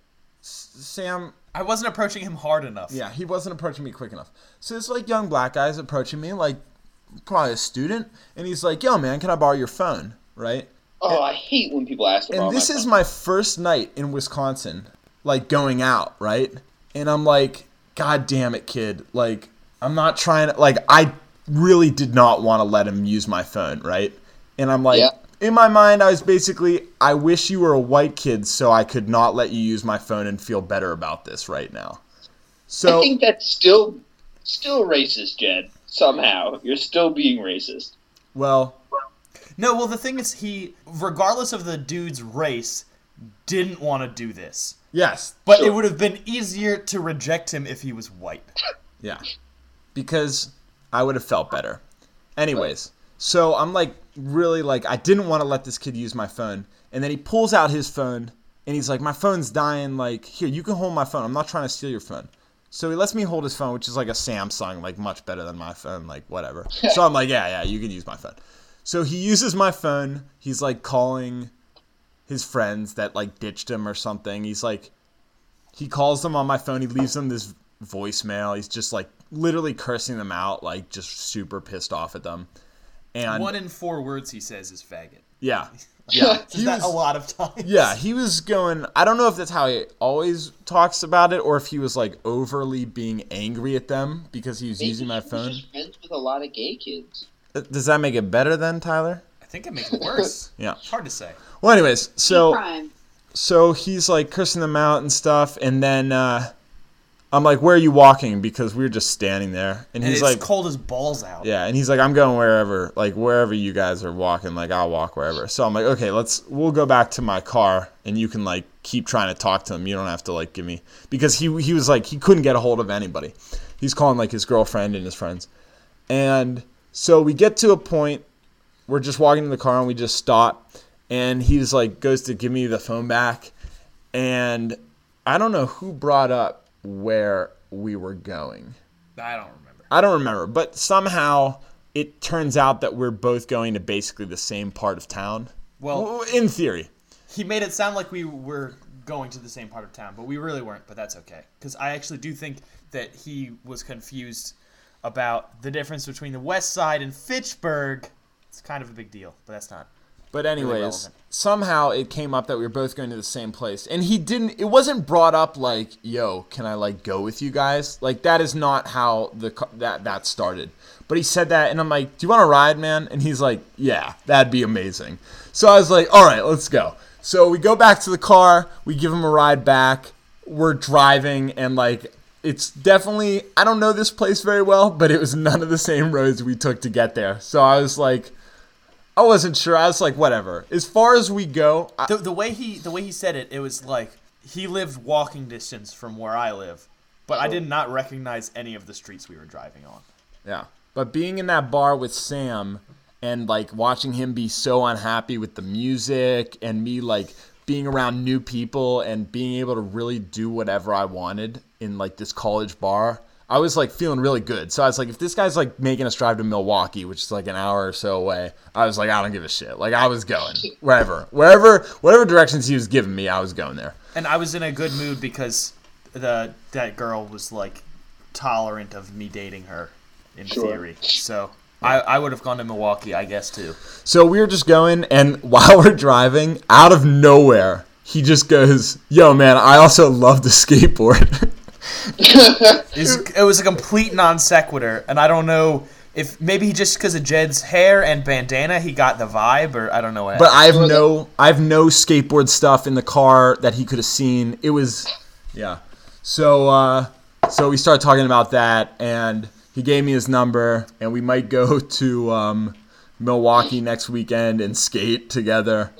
[SPEAKER 2] "S- Sam,
[SPEAKER 3] I wasn't approaching him hard enough.
[SPEAKER 2] Yeah, he wasn't approaching me quick enough. So this like young black guy's approaching me, like probably a student, and he's like, "Yo, man, can I borrow your phone?" Right?
[SPEAKER 1] Oh, I hate when people ask about
[SPEAKER 2] And this is my first night in Wisconsin, like going out, right? And I'm like, "God damn it, kid! Like, I'm not trying to. Like, I really did not want to let him use my phone, right?" And I'm like.
[SPEAKER 1] Yeah.
[SPEAKER 2] In my mind, I was basically, I wish you were a white kid so I could not let you use my phone and feel better about this right now. So
[SPEAKER 1] I think that's still still racist, Jed. Somehow you're still being racist.
[SPEAKER 2] well,
[SPEAKER 3] No, well, the thing is, he, regardless of the dude's race, didn't want to do this.
[SPEAKER 2] yes,
[SPEAKER 3] But it
[SPEAKER 1] Sure.
[SPEAKER 3] would have been easier to reject him if he was white.
[SPEAKER 2] Yeah. Because I would have felt better. Anyways, so I'm like really like I didn't want to let this kid use my phone. And then he pulls out his phone and he's like, My phone's dying, like, here, you can hold my phone. I'm not trying to steal your phone. So he lets me hold his phone, which is like a Samsung, like much better than my phone, like whatever. so I'm like, Yeah, yeah, you can use my phone. So he uses my phone, he's like calling his friends that like ditched him or something. He's like he calls them on my phone. He leaves them this voicemail. He's just like literally cursing them out, like just super pissed off at them. And
[SPEAKER 3] One in four words he says is faggot.
[SPEAKER 2] yeah,
[SPEAKER 1] Yeah.
[SPEAKER 3] Is that a lot of times?
[SPEAKER 2] yeah, he was going. I don't know if that's how he always talks about it, or if he was like overly being angry at them because he was using my phone.
[SPEAKER 1] friends with a lot of gay kids.
[SPEAKER 2] Th- Does that make it better then, Tyler?
[SPEAKER 3] I think it makes it worse.
[SPEAKER 2] Yeah.
[SPEAKER 3] It's hard to say.
[SPEAKER 2] Well, anyways, so.
[SPEAKER 6] Prime.
[SPEAKER 2] so he's like cursing them out and stuff and then uh i'm like where are you walking because we were just standing there and
[SPEAKER 3] And
[SPEAKER 2] he's
[SPEAKER 3] it's
[SPEAKER 2] like
[SPEAKER 3] cold as balls out.
[SPEAKER 2] yeah and he's like i'm going wherever like wherever you guys are walking like i'll walk wherever so i'm like okay let's we'll go back to my car and you can like keep trying to talk to him you don't have to like give me because he he was like he couldn't get a hold of anybody he's calling like his girlfriend and his friends and so we get to a point we're just walking in the car and we just stop and he's like goes to give me the phone back and i don't know who brought up where we were going
[SPEAKER 3] I don't remember.
[SPEAKER 2] I don't remember, but somehow it turns out that we're both going to basically the same part of town.
[SPEAKER 3] Well,
[SPEAKER 2] In theory.
[SPEAKER 3] he made it sound like we were going to the same part of town, but we really weren't, but that's okay. Because I actually do think that he was confused about the difference between the west side and Fitchburg. It's kind of a big deal, but that's not.
[SPEAKER 2] But anyways,
[SPEAKER 3] relevant.
[SPEAKER 2] somehow it came up that we were both going to the same place. And he didn't it wasn't brought up like, "Yo, can I like go with you guys?" Like that is not how the co- that that started. But he said that and I'm like, "Do you want to ride, man?" And he's like, "Yeah, that'd be amazing." So I was like, "All right, let's go." So we go back to the car, we give him a ride back. We're driving and like it's definitely I don't know this place very well, but it was none of the same roads we took to get there. So I was like I wasn't sure. I was like, whatever. As far as we go, I,
[SPEAKER 3] The, the way he the way he said it, it was like he lived walking distance from where I live, but I did not recognize any of the streets we were driving on.
[SPEAKER 2] yeah. But being in that bar with Sam and like watching him be so unhappy with the music and me like being around new people and being able to really do whatever I wanted in like this college bar, I was like feeling really good. So I was like, if this guy's like making us drive to Milwaukee, which is like an hour or so away, I was like, I don't give a shit. Like I was going wherever, wherever, whatever directions he was giving me, I was going there.
[SPEAKER 3] And I was in a good mood because the that girl was like tolerant of me dating her in theory. So I, I would have gone to Milwaukee, I guess too.
[SPEAKER 2] So we were just going, and while we're driving, out of nowhere, he just goes, "Yo, man, I also love to skateboard."
[SPEAKER 3] It was, it was a complete non sequitur, and I don't know if maybe just because of Jed's hair and bandana, he got the vibe, or I don't know what.
[SPEAKER 2] but I have no, I have no skateboard stuff in the car that he could have seen. It was, yeah. So, uh, so we started talking about that, and he gave me his number, and we might go to um, Milwaukee next weekend and skate together.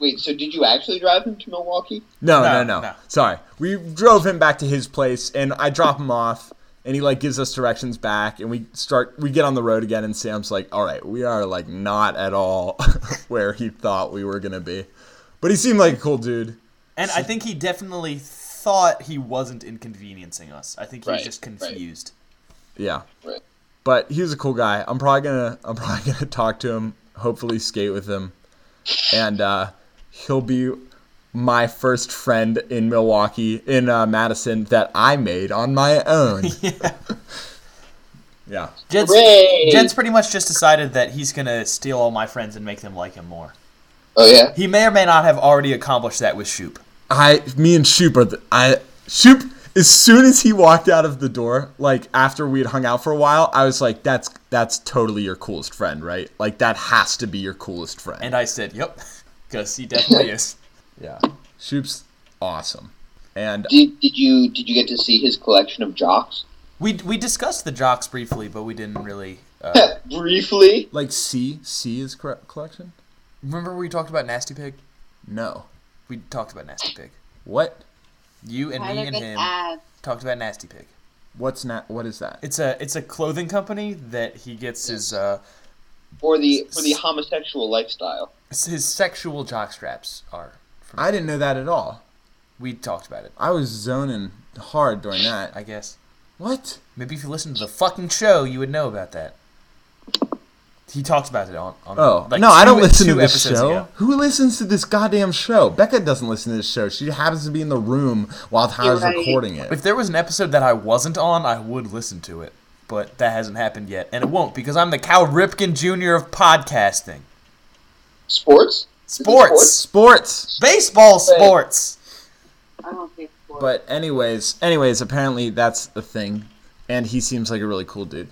[SPEAKER 1] Wait, so did you actually drive him to Milwaukee?
[SPEAKER 2] No, no, no,
[SPEAKER 3] No, no.
[SPEAKER 2] Sorry. We drove him back to his place and I drop him off and he like gives us directions back and we start we get on the road again and Sam's like, "All right, we are like not at all where he thought we were going to be." But he seemed like a cool dude.
[SPEAKER 3] and I think he definitely thought he wasn't inconveniencing us. I think he was
[SPEAKER 1] Right,
[SPEAKER 3] just
[SPEAKER 1] right.
[SPEAKER 3] confused.
[SPEAKER 2] Yeah.
[SPEAKER 1] Right.
[SPEAKER 2] But he was a cool guy. I'm probably going to I'm probably going to talk to him, hopefully skate with him. And uh he'll be my first friend in Milwaukee, in uh, Madison, that I made on my own.
[SPEAKER 3] yeah.
[SPEAKER 2] yeah.
[SPEAKER 3] Jed's,
[SPEAKER 1] Hooray!
[SPEAKER 3] Jed's pretty much just decided that he's gonna steal all my friends and make them like him more.
[SPEAKER 1] Oh yeah.
[SPEAKER 3] He may or may not have already accomplished that with Shoop.
[SPEAKER 2] I, me and Shoop are, the, I, Shoop, as soon as he walked out of the door, like after we had hung out for a while, I was like, that's, that's totally your coolest friend, right? Like that has to be your coolest friend.
[SPEAKER 3] And I said, "Yep," because he definitely is.
[SPEAKER 2] yeah. Shoop's awesome. And
[SPEAKER 1] Did, did you did you get to see his collection of jocks?
[SPEAKER 3] We we discussed the jocks briefly, but we didn't really. Uh,
[SPEAKER 1] Briefly.
[SPEAKER 2] like C, C is cor- collection?
[SPEAKER 3] remember we talked about Nasty Pig?
[SPEAKER 2] No.
[SPEAKER 3] We talked about Nasty Pig.
[SPEAKER 2] What?
[SPEAKER 3] You and me
[SPEAKER 6] Tyler
[SPEAKER 3] and
[SPEAKER 6] gets
[SPEAKER 3] him
[SPEAKER 6] ads.
[SPEAKER 3] talked about Nasty Pig.
[SPEAKER 2] What's not, what is that?
[SPEAKER 3] It's a it's a clothing company that he gets his uh
[SPEAKER 1] For the for the homosexual lifestyle.
[SPEAKER 3] his sexual jock straps are. From,
[SPEAKER 2] I didn't know that at all.
[SPEAKER 3] we talked about it.
[SPEAKER 2] I was zoning hard during that.
[SPEAKER 3] I guess
[SPEAKER 2] What?
[SPEAKER 3] maybe if you listened to the fucking show, you would know about that. He talked about it on. on
[SPEAKER 2] Oh
[SPEAKER 3] like
[SPEAKER 2] no, I
[SPEAKER 3] two- e,
[SPEAKER 2] don't listen to
[SPEAKER 3] two
[SPEAKER 2] this
[SPEAKER 3] episodes
[SPEAKER 2] show.
[SPEAKER 3] ago.
[SPEAKER 2] Who listens to this goddamn show? Becca doesn't listen to this show. She happens to be in the room while Tyler's
[SPEAKER 6] right.
[SPEAKER 2] recording it.
[SPEAKER 3] If there was an episode that I wasn't on, I would listen to it. But that hasn't happened yet, and it won't because I'm the Cal Ripken Jr. of podcasting.
[SPEAKER 1] Sports. Is it
[SPEAKER 3] Sports.
[SPEAKER 2] Sports.
[SPEAKER 3] Baseball sports.
[SPEAKER 6] I don't think for
[SPEAKER 2] But anyways, anyways, apparently that's the thing, and he seems like a really cool dude.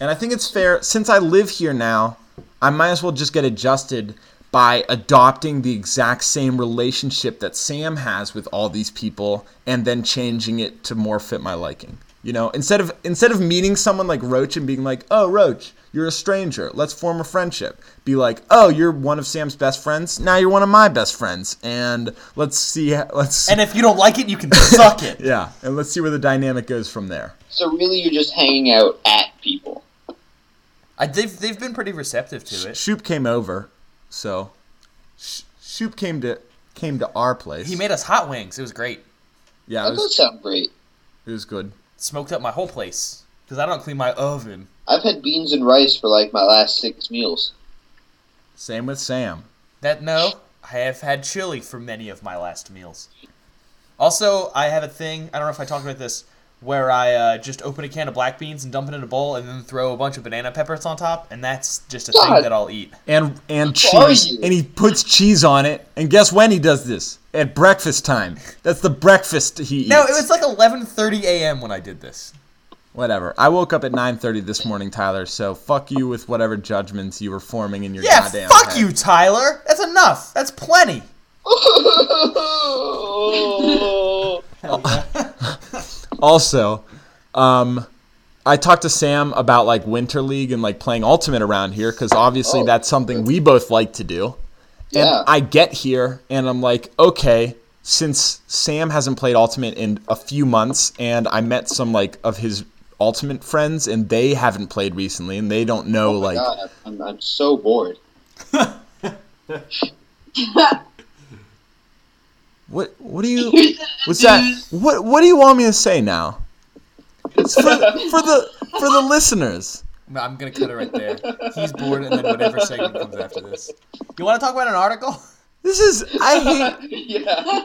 [SPEAKER 2] And I think it's fair since I live here now, I might as well just get adjusted by adopting the exact same relationship that Sam has with all these people and then changing it to more fit my liking. You know, instead of instead of meeting someone like Roach and being like, "Oh, Roach, you're a stranger. Let's form a friendship." Be like, "Oh, you're one of Sam's best friends. Now you're one of my best friends." And let's see let's see
[SPEAKER 3] And if you don't like it, you can suck it.
[SPEAKER 2] yeah, and let's see where the dynamic goes from there.
[SPEAKER 1] So really, you're just hanging out at people.
[SPEAKER 3] I, they've they've been pretty receptive to it.
[SPEAKER 2] Shoop came over, so Sh- Shoop came to came to our place.
[SPEAKER 3] He made us hot wings. It was great.
[SPEAKER 2] yeah,
[SPEAKER 1] That
[SPEAKER 2] it
[SPEAKER 1] does
[SPEAKER 2] was,
[SPEAKER 1] sound great.
[SPEAKER 2] it was good.
[SPEAKER 3] Smoked up my whole place because I don't clean my oven.
[SPEAKER 1] I've had beans and rice for like my last six meals.
[SPEAKER 2] Same with Sam.
[SPEAKER 3] That no, I have had chili for many of my last meals. Also, I have a thing. I don't know if I talked about this, where I uh, just open a can of black beans and dump it in a bowl, and then throw a bunch of banana peppers on top, and that's just a thing
[SPEAKER 1] God.
[SPEAKER 3] that I'll eat.
[SPEAKER 2] And and
[SPEAKER 1] are
[SPEAKER 2] cheese,
[SPEAKER 1] you?
[SPEAKER 2] and he puts cheese on it. And guess when he does this? At breakfast time. That's the breakfast he eats.
[SPEAKER 3] No, it was like 11:30 a.m. when I did this.
[SPEAKER 2] whatever. I woke up at 9:30 this morning, Tyler. So fuck you with whatever judgments you were forming in your
[SPEAKER 3] Yeah,
[SPEAKER 2] goddamn
[SPEAKER 3] fuck
[SPEAKER 2] head.
[SPEAKER 3] you, Tyler. That's enough. That's plenty.
[SPEAKER 1] Oh,
[SPEAKER 2] also, um, I talked to Sam about like Winter League and like playing Ultimate around here because obviously
[SPEAKER 1] Oh.
[SPEAKER 2] that's something we both like to do. And
[SPEAKER 1] Yeah.
[SPEAKER 2] I get here and I'm like, okay, since Sam hasn't played Ultimate in a few months and I met some like of his Ultimate friends and they haven't played recently and they don't know like
[SPEAKER 1] Oh God, I'm, I'm so bored.
[SPEAKER 2] what what do you what's that what what do you want me to say now? It's for, for the for the listeners.
[SPEAKER 3] No, I'm gonna cut it right there. He's bored, and then whatever segment comes after this. You want to talk about an article?
[SPEAKER 2] This is I hate
[SPEAKER 1] yeah.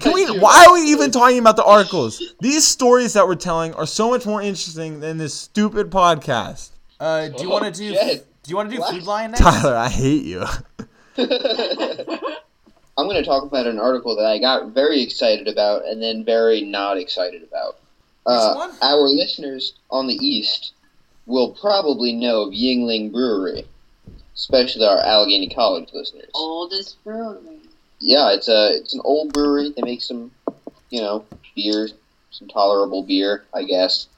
[SPEAKER 2] Can we, why are we even talking about the articles? These stories that we're telling are so much more interesting than this stupid podcast.
[SPEAKER 3] Uh, do you want to do?
[SPEAKER 1] Jed.
[SPEAKER 3] Do you want to do
[SPEAKER 1] Oh, What?
[SPEAKER 3] Food Lion next?
[SPEAKER 2] Tyler, I hate you.
[SPEAKER 1] I'm going to talk about an article that I got very excited about and then very not excited about. Uh,
[SPEAKER 3] one?
[SPEAKER 1] our listeners on the East will probably know of Yingling Brewery, especially our Allegheny College listeners.
[SPEAKER 3] Oh.
[SPEAKER 6] oldest brewery.
[SPEAKER 1] Yeah, it's a it's an old brewery. They make some, you know, beer, some tolerable beer, I guess.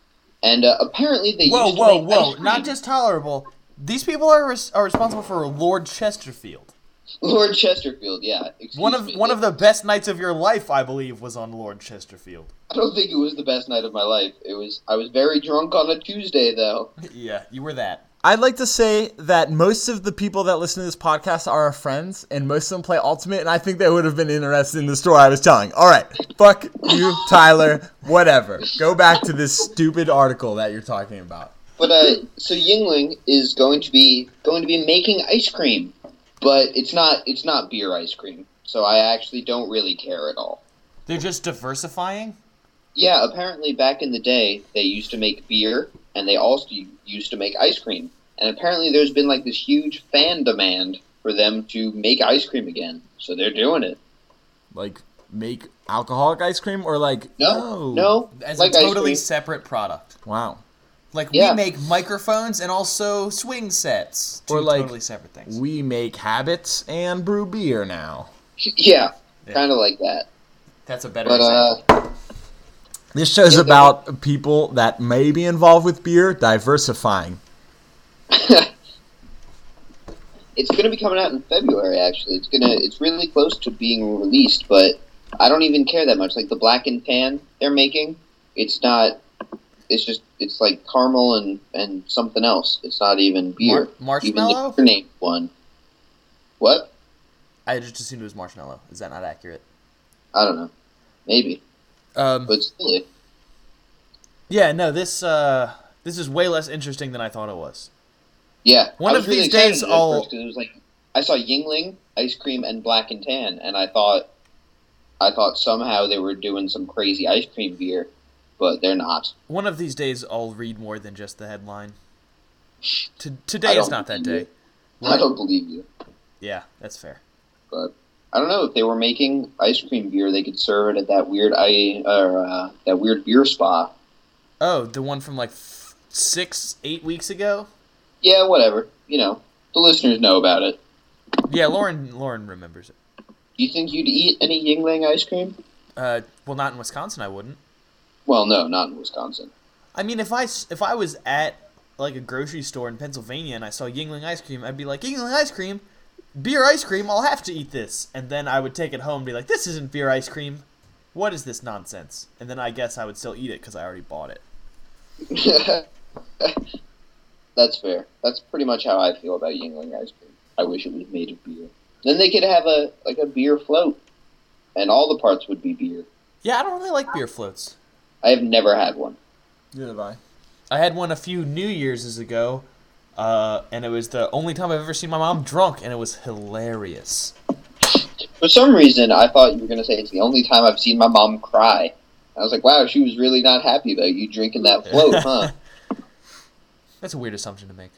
[SPEAKER 1] And uh, apparently they
[SPEAKER 3] Whoa,
[SPEAKER 1] used to
[SPEAKER 3] whoa,
[SPEAKER 1] make
[SPEAKER 3] whoa!
[SPEAKER 1] ice cream.
[SPEAKER 3] Not just tolerable. These people are res- are responsible for Lord Chesterfield.
[SPEAKER 1] Lord Chesterfield. Yeah, excuse
[SPEAKER 3] One of
[SPEAKER 1] me.
[SPEAKER 3] one of the best nights of your life, I believe, was on Lord Chesterfield.
[SPEAKER 1] I don't think it was the best night of my life. It was. I was very drunk on a Tuesday though.
[SPEAKER 3] yeah, you were that.
[SPEAKER 2] I'd like to say that most of the people that listen to this podcast are our friends, and most of them play Ultimate, and I think they would have been interested in the story I was telling. All right, fuck you, Tyler, whatever. Go back to this stupid article that you're talking about.
[SPEAKER 1] But uh, so Yingling is going to be going to be making ice cream, but it's not it's not beer ice cream. so I actually don't really care at all.
[SPEAKER 3] They're just diversifying.
[SPEAKER 1] Yeah, apparently back in the day, they used to make beer and they also used to make ice cream. And apparently there's been like this huge fan demand for them to make ice cream again. So they're doing it.
[SPEAKER 2] Like make alcoholic ice cream or like
[SPEAKER 1] No,
[SPEAKER 2] no.
[SPEAKER 1] no,
[SPEAKER 3] Oh. As
[SPEAKER 1] like
[SPEAKER 3] a
[SPEAKER 1] ice
[SPEAKER 3] totally
[SPEAKER 1] cream.
[SPEAKER 3] separate product.
[SPEAKER 2] Wow.
[SPEAKER 3] Like
[SPEAKER 1] Yeah.
[SPEAKER 3] we make microphones and also swing sets. Two
[SPEAKER 2] Or, like,
[SPEAKER 3] totally separate things.
[SPEAKER 2] We make habits and brew beer now.
[SPEAKER 1] yeah,
[SPEAKER 3] Yeah.
[SPEAKER 1] kind of like that.
[SPEAKER 3] That's a better
[SPEAKER 1] But uh,
[SPEAKER 3] example.
[SPEAKER 2] This show's
[SPEAKER 1] Yeah, they-
[SPEAKER 2] about people that may be involved with beer diversifying.
[SPEAKER 1] it's going to be coming out in February. Actually, it's gonna it's really close to being released, but I don't even care that much. Like the black and tan they're making, it's not. It's just it's like caramel and and something else. It's not even beer.
[SPEAKER 3] Mar-
[SPEAKER 1] Even
[SPEAKER 3] marshmallow?
[SPEAKER 1] the beer name one. What? uh,
[SPEAKER 3] I just assumed it was marshmallow. Is that not accurate?
[SPEAKER 1] I don't know. Maybe,
[SPEAKER 3] Um,
[SPEAKER 1] but still,
[SPEAKER 3] yeah, no. This uh, this is way less interesting than I thought it was.
[SPEAKER 1] yeah.
[SPEAKER 3] One
[SPEAKER 1] I
[SPEAKER 3] of
[SPEAKER 1] was really
[SPEAKER 3] these
[SPEAKER 1] excited
[SPEAKER 3] days
[SPEAKER 1] at
[SPEAKER 3] I'll-
[SPEAKER 1] first 'cause it was like I saw Yingling ice cream and black and tan, and I thought, I thought somehow they were doing some crazy ice cream beer, but they're not.
[SPEAKER 3] One of these days, I'll read more than just the headline. To
[SPEAKER 1] I
[SPEAKER 3] today
[SPEAKER 1] don't
[SPEAKER 3] is not that
[SPEAKER 1] believe
[SPEAKER 3] day.
[SPEAKER 1] you. I don't believe you.
[SPEAKER 3] Yeah, that's fair.
[SPEAKER 1] but I don't know if they were making ice cream beer, they could serve it at that weird I or uh, that weird beer spa.
[SPEAKER 3] Oh, the one from like f- six, eight weeks ago.
[SPEAKER 1] Yeah, whatever. You know, the listeners know about it.
[SPEAKER 3] Yeah, Lauren, Lauren remembers it.
[SPEAKER 1] Do you think you'd eat any Yingling ice cream?
[SPEAKER 3] Uh, well, not in Wisconsin, I wouldn't.
[SPEAKER 1] Well, no, not in Wisconsin.
[SPEAKER 3] I mean, if I s- if I was at like a grocery store in Pennsylvania and I saw Yingling ice cream, I'd be like, Yingling ice cream, beer ice cream. I'll have to eat this, and then I would take it home and be like, this isn't beer ice cream. What is this nonsense? And then I guess I would still eat it because I already bought it.
[SPEAKER 1] That's fair. That's pretty much how I feel about Yingling ice cream. I wish it was made of beer. Then they could have a like a beer float, and all the parts would be beer.
[SPEAKER 3] Yeah, I don't really like beer floats.
[SPEAKER 1] I have never had one.
[SPEAKER 2] Neither have I.
[SPEAKER 3] I had one a few New Year's ago, uh, and it was the only time I've ever seen my mom drunk, and it was hilarious.
[SPEAKER 1] For some reason, I thought you were going to say it's the only time I've seen my mom cry. I was like, wow, she was really not happy about you drinking that float, huh?
[SPEAKER 3] That's a weird assumption to make.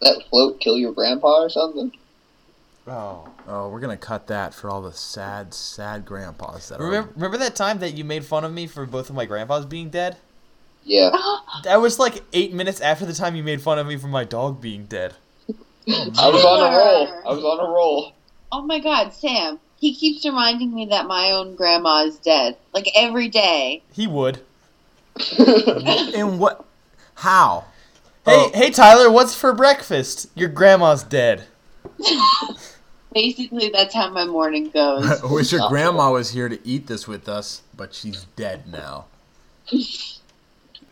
[SPEAKER 1] that float kill your grandpa or something?
[SPEAKER 3] Oh.
[SPEAKER 2] Oh, we're gonna cut that for all the sad, sad grandpas that
[SPEAKER 3] Remember, remember that time that you made fun of me for both of my grandpas being dead?
[SPEAKER 1] Yeah.
[SPEAKER 3] That was like eight minutes after the time you made fun of me for my dog being dead.
[SPEAKER 1] I was on a roll. I was on a roll.
[SPEAKER 6] Oh my God, Sam. He keeps reminding me that my own grandma is dead. Like every day.
[SPEAKER 3] He would.
[SPEAKER 2] are. In what? How? Oh.
[SPEAKER 3] Hey, hey, Tyler, what's for breakfast? Your grandma's dead.
[SPEAKER 6] Basically, that's how my morning goes.
[SPEAKER 2] I wish your grandma was here to eat this with us, but she's dead now.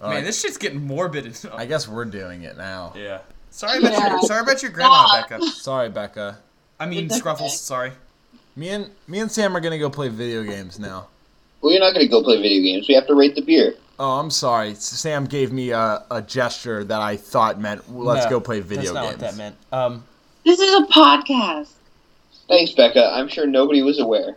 [SPEAKER 2] All right,
[SPEAKER 3] this shit's getting morbid.
[SPEAKER 2] I guess we're doing it now.
[SPEAKER 3] yeah. Sorry
[SPEAKER 6] about your- Yeah.
[SPEAKER 3] sorry about your
[SPEAKER 6] grandma,
[SPEAKER 3] Becca.
[SPEAKER 2] Sorry, Becca.
[SPEAKER 3] I mean,
[SPEAKER 6] It's okay. Scruffles,
[SPEAKER 3] Sorry.
[SPEAKER 2] Me and me and Sam are gonna go play video games now.
[SPEAKER 1] Well, you're not going to go play video games. We have to rate the beer.
[SPEAKER 2] Oh, I'm sorry. Sam gave me a, a gesture that I thought meant let's
[SPEAKER 3] No,
[SPEAKER 2] go play video
[SPEAKER 3] That's not
[SPEAKER 2] games.
[SPEAKER 3] what that meant. Um,
[SPEAKER 6] this is a podcast.
[SPEAKER 1] Thanks, Becca. I'm sure nobody was aware.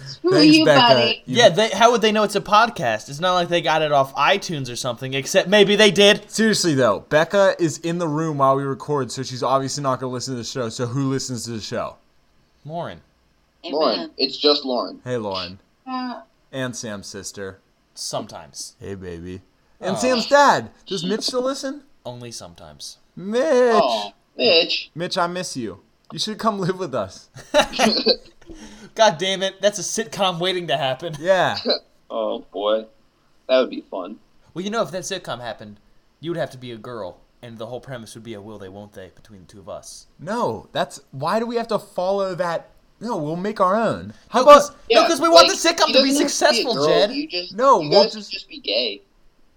[SPEAKER 6] Screw
[SPEAKER 2] Thanks,
[SPEAKER 6] you,
[SPEAKER 2] Becca.
[SPEAKER 6] buddy.
[SPEAKER 2] You-
[SPEAKER 3] yeah, they, how would they know it's a podcast? It's not like they got it off iTunes or something. Except maybe they did.
[SPEAKER 2] Seriously though, Becca is in the room while we record, so she's obviously not gonna listen to the show. So who listens to the show?
[SPEAKER 3] Lauren,
[SPEAKER 1] Lauren.
[SPEAKER 6] Amen.
[SPEAKER 1] It's just Lauren.
[SPEAKER 2] Hey, Lauren
[SPEAKER 6] Uh,
[SPEAKER 2] and Sam's sister.
[SPEAKER 3] sometimes,
[SPEAKER 2] Hey, baby. And
[SPEAKER 3] Aw.
[SPEAKER 2] Sam's dad. Does Mitch still listen?
[SPEAKER 3] only sometimes.
[SPEAKER 2] Mitch.
[SPEAKER 1] Oh, Mitch.
[SPEAKER 2] Mitch, I miss you. You should come live with us.
[SPEAKER 3] God damn it, that's a sitcom waiting to happen.
[SPEAKER 2] Yeah.
[SPEAKER 1] Oh, boy. That would be fun.
[SPEAKER 3] Well, you know, if that sitcom happened, you would have to be a girl, and the whole premise would be a will they, won't they between the two of us.
[SPEAKER 2] No, that's why do we have to follow that? No, we'll make our own. How
[SPEAKER 3] No,
[SPEAKER 2] about
[SPEAKER 3] 'cause- no, because we want the sitcom
[SPEAKER 1] he
[SPEAKER 3] to be
[SPEAKER 1] doesn't have a
[SPEAKER 3] successful,
[SPEAKER 1] girl.
[SPEAKER 3] Jed.
[SPEAKER 1] You just,
[SPEAKER 2] No,
[SPEAKER 1] you
[SPEAKER 2] we'll
[SPEAKER 1] guys
[SPEAKER 2] just-
[SPEAKER 1] just be gay.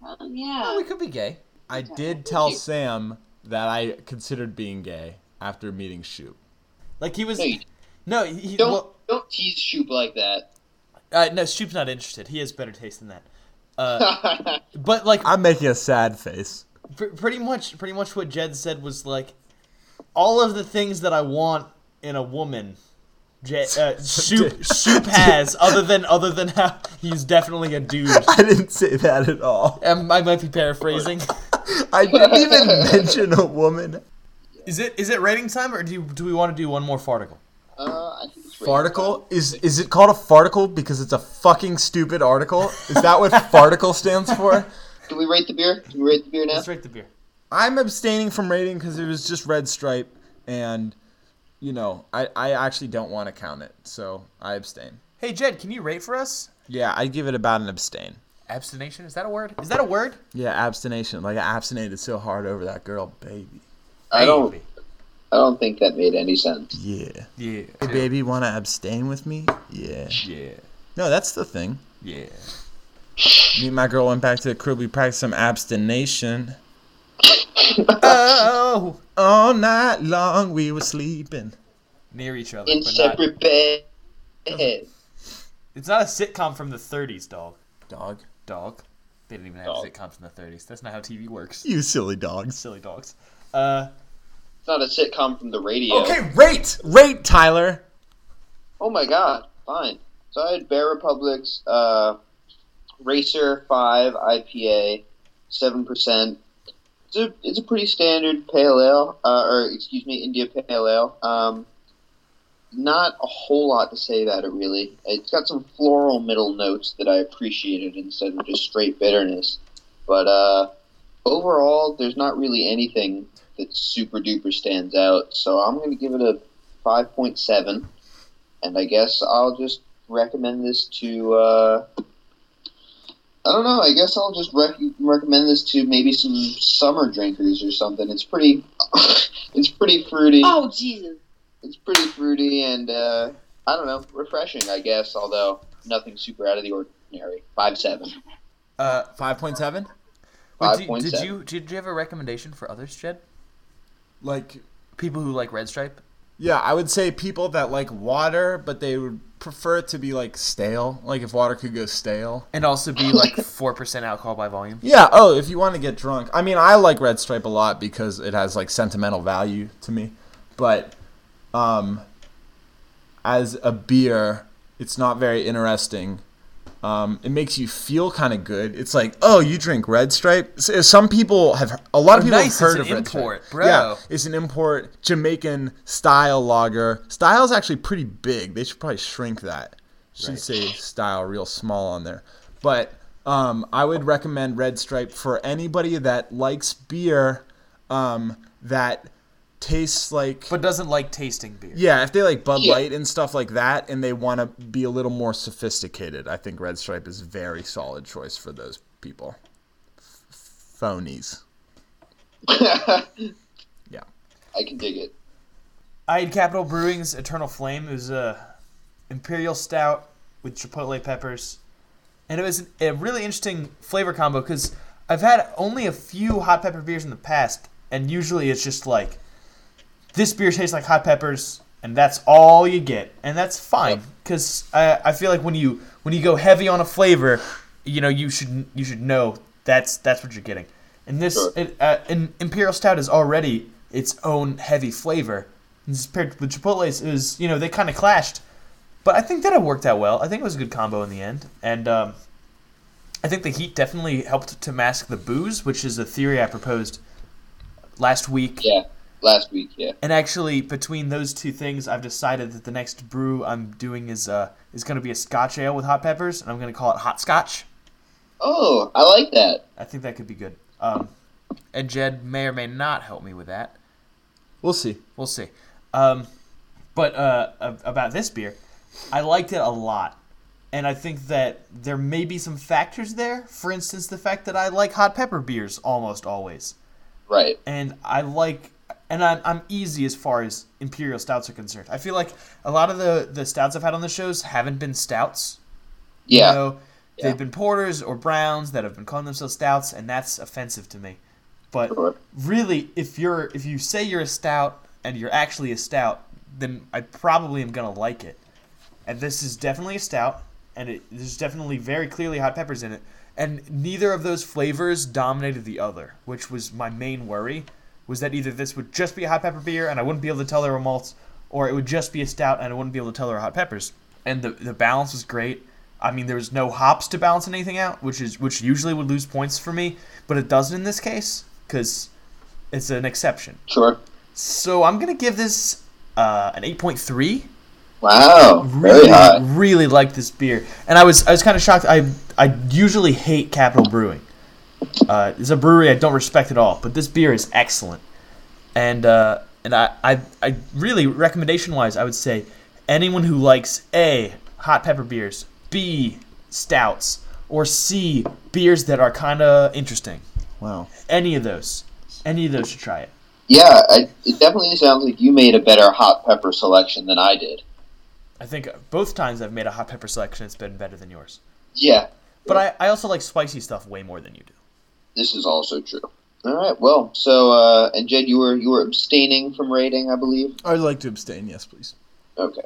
[SPEAKER 6] well, yeah.
[SPEAKER 3] Oh, we could be gay.
[SPEAKER 2] I did tell Sam that I considered being gay after meeting Shoop.
[SPEAKER 3] Like he was.
[SPEAKER 1] No, you
[SPEAKER 3] No, he, he-
[SPEAKER 1] don't,
[SPEAKER 3] well,
[SPEAKER 1] don't tease Shoop like that.
[SPEAKER 3] uh, no, Shoop's not interested. He has better taste than that. Uh, but like,
[SPEAKER 2] I'm making a sad face.
[SPEAKER 3] pr- pretty much, pretty much what Jed said was like, all of the things that I want in a woman, J- uh, Shoop, Shoop has, other than other than how he's definitely a dude.
[SPEAKER 2] I didn't say that at all.
[SPEAKER 3] Um, I might be paraphrasing.
[SPEAKER 2] I didn't even mention a woman.
[SPEAKER 3] Is it is it rating time, or do you, do we want to do one more farticle?
[SPEAKER 1] Uh, I think it's rated
[SPEAKER 2] Farticle is is it called a farticle because it's a fucking stupid article? Is that what farticle stands for?
[SPEAKER 1] fine. Can we rate the beer? Can we rate the beer now?
[SPEAKER 3] Let's rate the beer.
[SPEAKER 2] I'm abstaining from rating because it was just red stripe, and you know I I actually don't want to count it, so I abstain.
[SPEAKER 3] Hey Jed, can you rate for us?
[SPEAKER 2] Yeah, I give it about an abstain.
[SPEAKER 3] Abstination is that a word? Is that a word?
[SPEAKER 2] Yeah, abstination. Like I abstinated so hard over that girl, baby.
[SPEAKER 1] I don't. I don't think that made any sense.
[SPEAKER 2] Yeah.
[SPEAKER 3] Yeah.
[SPEAKER 2] Hey, baby, wanna abstain with me? Yeah.
[SPEAKER 3] Yeah.
[SPEAKER 2] No, that's the thing.
[SPEAKER 3] Yeah.
[SPEAKER 2] Me and my girl went back to the crib. We practiced some abstination.
[SPEAKER 3] Oh,
[SPEAKER 2] All night long we were sleeping.
[SPEAKER 3] near each other,
[SPEAKER 1] In
[SPEAKER 3] but not.
[SPEAKER 1] separate bed.
[SPEAKER 3] It's not a sitcom from the 30s, dog.
[SPEAKER 2] Dog.
[SPEAKER 3] Dog. They didn't even have
[SPEAKER 1] Dog.
[SPEAKER 3] sitcoms in the 30s. That's not how TV works.
[SPEAKER 2] You silly dogs.
[SPEAKER 3] Silly dogs. Uh,
[SPEAKER 1] It's not a sitcom from the radio.
[SPEAKER 2] Okay, rate! Rate, Tyler!
[SPEAKER 1] Oh my god. Fine. So I had Bear Republic's uh, Racer Five IPA, seven percent. It's a it's a pretty standard pale ale, uh, or excuse me, India pale ale. Um, not a whole lot to say about it really. It's got some floral middle notes that I appreciated instead of just straight bitterness. But uh, overall, there's not really anything that super duper stands out. So I'm going to give it a five point seven and I guess I'll just recommend this to. Uh, I don't know. I guess I'll just rec- recommend this to maybe some summer drinkers or something. It's pretty. it's pretty fruity.
[SPEAKER 6] Oh Jesus!
[SPEAKER 1] It's pretty fruity and uh, I don't know, refreshing. I guess, although nothing super out of the ordinary. Five seven.
[SPEAKER 3] uh,
[SPEAKER 2] 5.7?
[SPEAKER 3] wait, did- did,
[SPEAKER 1] 5.7.
[SPEAKER 3] you did you have a recommendation for others, Jed?
[SPEAKER 2] Like,
[SPEAKER 3] People who like Red Stripe?
[SPEAKER 2] yeah, I would say people that like water, but they would prefer it to be like stale. Like if water could go stale.
[SPEAKER 3] And also be like 4% alcohol by volume?
[SPEAKER 2] Yeah, oh, if you want to get drunk. I mean, I like Red Stripe a lot because it has like sentimental value to me. But um as a beer, it's not very interesting. Um, it makes you feel kind of good. It's like, oh, you drink Red Stripe. S- uh, Some people have a lot of
[SPEAKER 3] Oh,
[SPEAKER 2] people
[SPEAKER 3] nice,
[SPEAKER 2] have heard
[SPEAKER 3] it's an
[SPEAKER 2] of Red
[SPEAKER 3] import,
[SPEAKER 2] Stripe.
[SPEAKER 3] bro.
[SPEAKER 2] Yeah, it's an import Jamaican style lager. Style's actually pretty big. They should probably shrink that. Should say style real small on there. But um, I would recommend Red Stripe for anybody that likes beer um, that tastes like
[SPEAKER 3] But doesn't like tasting beer.
[SPEAKER 2] yeah, if they like Bud
[SPEAKER 1] Yeah.
[SPEAKER 2] Light and stuff like that, and they want to be a little more sophisticated, I think Red Stripe is a very solid choice for those people. F- Phonies.
[SPEAKER 1] I
[SPEAKER 2] Yeah.
[SPEAKER 1] can dig it.
[SPEAKER 3] I had Capital Brewing's Eternal Flame. It was a imperial stout with chipotle peppers, and it was a really interesting flavor combo because I've had only a few hot pepper beers in the past, and usually it's just like this beer tastes like hot peppers, and that's all you get, and that's fine because I, I feel like when you when you go heavy on a flavor, you know you should you should know that's that's what you're getting, and this
[SPEAKER 1] Sure.
[SPEAKER 3] it, uh, an imperial stout is already its own heavy flavor. And this paired with Chipotle's is you know they kind of clashed, but I think that it worked out well. I think it was a good combo in the end, and um, I think the heat definitely helped to mask the booze, which is a theory I proposed last week.
[SPEAKER 1] Yeah, last week. Yeah.
[SPEAKER 3] And actually, between those two things, I've decided that the next brew I'm doing is uh is going to be a Scotch ale with hot peppers, and I'm going to call it Hot Scotch.
[SPEAKER 1] Oh, I like that.
[SPEAKER 3] I think that could be good. Um, and Jed may or may not help me with that.
[SPEAKER 2] We'll see.
[SPEAKER 3] We'll see. Um, but uh, ab- about this beer, I liked it a lot, and I think that there may be some factors there. For instance, the fact that I like hot pepper beers almost always.
[SPEAKER 1] Right.
[SPEAKER 3] and I like and I'm, I'm easy as far as imperial stouts are concerned. I feel like a lot of the the stouts I've had on the shows haven't been stouts.
[SPEAKER 1] Yeah.
[SPEAKER 3] You know,
[SPEAKER 1] Yeah.
[SPEAKER 3] they've been porters or browns that have been calling themselves stouts, and that's offensive to me. But
[SPEAKER 1] Sure.
[SPEAKER 3] really, if you're if you say you're a stout and you're actually a stout, then I probably am gonna like it. And this is definitely a stout, and it, there's definitely very clearly hot peppers in it. And neither of those flavors dominated the other, which was my main worry, was that either this would just be a hot pepper beer and I wouldn't be able to tell they were malts, or it would just be a stout and I wouldn't be able to tell there were hot peppers. And the the balance was great. I mean, there was no hops to balance anything out, which is which usually would lose points for me, but it doesn't in this case because it's an exception.
[SPEAKER 1] Sure.
[SPEAKER 3] So I'm gonna give this uh, an 8.3.
[SPEAKER 1] Wow. Very
[SPEAKER 3] Really,
[SPEAKER 1] high.
[SPEAKER 3] really liked this beer, and I was I was kind of shocked. I I usually hate Capital Brewing. Uh, it's a brewery I don't respect at all, but this beer is excellent, and uh, and I, I I really recommendation wise I would say anyone who likes a hot pepper beers, b stouts, or c beers that are kind of interesting.
[SPEAKER 2] Wow.
[SPEAKER 3] Any of those, any of those should try it.
[SPEAKER 1] Yeah, I, it definitely sounds like you made a better hot pepper selection than I did.
[SPEAKER 3] I think both times I've made a hot pepper selection, it's been better than yours.
[SPEAKER 1] Yeah,
[SPEAKER 3] But I, I also like spicy stuff way more than you do.
[SPEAKER 1] this is also true. All right. Well, so uh, and Jed, you were you were abstaining from rating, I believe.
[SPEAKER 2] I'd like to abstain. Yes, please.
[SPEAKER 1] Okay.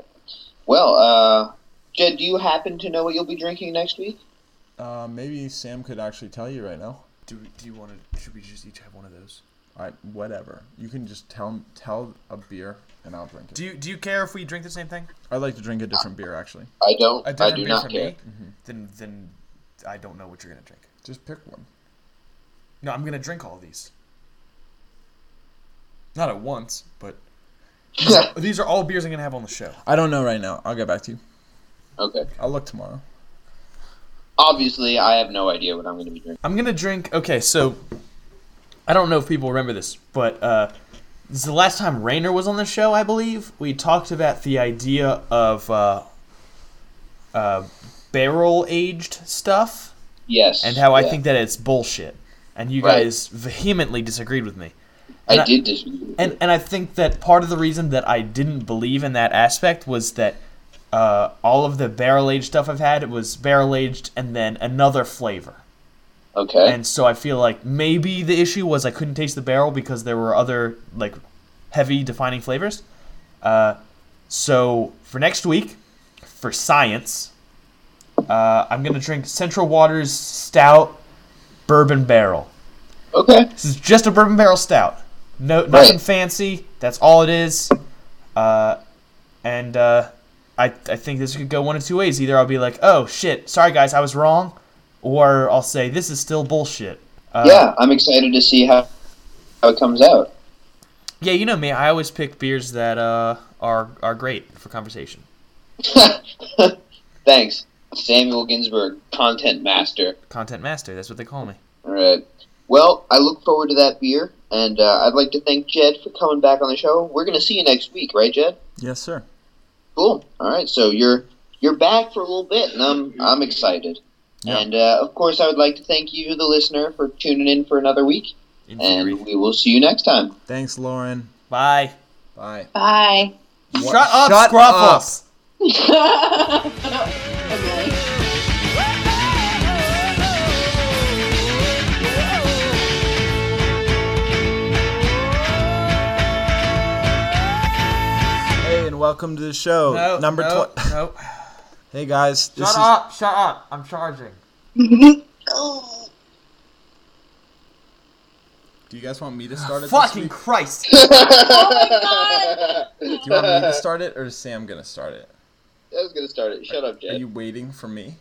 [SPEAKER 1] Well, uh, Jed, do you happen to know what you'll be drinking next week?
[SPEAKER 2] Uh, maybe Sam could actually tell you right now.
[SPEAKER 3] Do we, do you want to? Should we just each have one of those?
[SPEAKER 2] I whatever. You can just tell tell a beer and I'll drink it.
[SPEAKER 3] Do you do you care if we drink the same thing?
[SPEAKER 2] I'd like to drink a different beer actually.
[SPEAKER 1] I don't.
[SPEAKER 3] A
[SPEAKER 1] I
[SPEAKER 3] different
[SPEAKER 1] do
[SPEAKER 3] beer
[SPEAKER 1] not
[SPEAKER 3] from
[SPEAKER 1] care.
[SPEAKER 3] me? Then then I don't know what you're gonna drink.
[SPEAKER 2] Just pick one.
[SPEAKER 3] No, I'm gonna drink all these. Not at once, but these are all beers I'm gonna have on the show.
[SPEAKER 2] I don't know right now. I'll get back to you.
[SPEAKER 1] okay.
[SPEAKER 2] I'll look tomorrow.
[SPEAKER 1] Obviously, I have no idea what I'm going to be drinking.
[SPEAKER 3] I'm gonna drink. Okay, so I don't know if people remember this, but uh, this is the last time Rainer was on the show, I believe. We talked about the idea of uh, uh, barrel aged stuff
[SPEAKER 1] Yes.
[SPEAKER 3] and how I
[SPEAKER 1] yeah.
[SPEAKER 3] think that it's bullshit. And you
[SPEAKER 1] Right.
[SPEAKER 3] guys vehemently disagreed with me.
[SPEAKER 1] I,
[SPEAKER 3] and I-
[SPEAKER 1] did disagree. with
[SPEAKER 3] And
[SPEAKER 1] it.
[SPEAKER 3] and I think that part of the reason that I didn't believe in that aspect was that uh, all of the barrel aged stuff I've had it was barrel aged and then another flavor.
[SPEAKER 1] okay.
[SPEAKER 3] And so I feel like maybe the issue was I couldn't taste the barrel because there were other like heavy defining flavors. Uh, so for next week, for science, uh, I'm gonna drink Central Waters Stout Bourbon Barrel.
[SPEAKER 1] okay.
[SPEAKER 3] This is just a bourbon barrel stout. No, nothing
[SPEAKER 1] Right.
[SPEAKER 3] fancy. That's all it is. Uh, and uh, I, I think this could go one of two ways. Either I'll be like, oh shit, sorry guys, I was wrong, or I'll say this is still bullshit. Uh,
[SPEAKER 1] yeah, I'm excited to see how how it comes out.
[SPEAKER 3] Yeah, you know me. I always pick beers that uh, are are great for conversation.
[SPEAKER 1] Thanks, Samuel Ginsburg, content master.
[SPEAKER 3] Content master. That's what they call me.
[SPEAKER 1] All right. Well, I look forward to that beer, and uh, I'd like to thank Jed for coming back on the show. We're going to see you next week, right, Jed?
[SPEAKER 2] Yes, sir.
[SPEAKER 1] Cool. All right. So you're you're back for a little bit, and I'm I'm excited.
[SPEAKER 2] Yeah.
[SPEAKER 1] And uh, of course, I would like to thank you, the listener, for tuning in for another week.
[SPEAKER 3] In theory.
[SPEAKER 1] And we will see you next time.
[SPEAKER 2] Thanks, Lauren.
[SPEAKER 3] Bye.
[SPEAKER 2] Bye.
[SPEAKER 6] Bye.
[SPEAKER 3] Shut up,
[SPEAKER 2] Shut
[SPEAKER 3] Scruffles.
[SPEAKER 6] okay.
[SPEAKER 2] Hey, and welcome to the show.
[SPEAKER 3] No,
[SPEAKER 2] Oh, Number
[SPEAKER 3] no,
[SPEAKER 2] twenty.
[SPEAKER 3] no.
[SPEAKER 2] Hey guys, this
[SPEAKER 3] Shut
[SPEAKER 2] is
[SPEAKER 3] up! Shut up! I'm charging.
[SPEAKER 6] Oh
[SPEAKER 2] Do you guys want me to start it? This
[SPEAKER 3] Fucking
[SPEAKER 2] week?
[SPEAKER 3] Christ!
[SPEAKER 1] I
[SPEAKER 2] Do you want me to start it or is Sam gonna start it?
[SPEAKER 1] was going to start it. Shut up,
[SPEAKER 2] Are
[SPEAKER 1] Jed.
[SPEAKER 2] you waiting for me?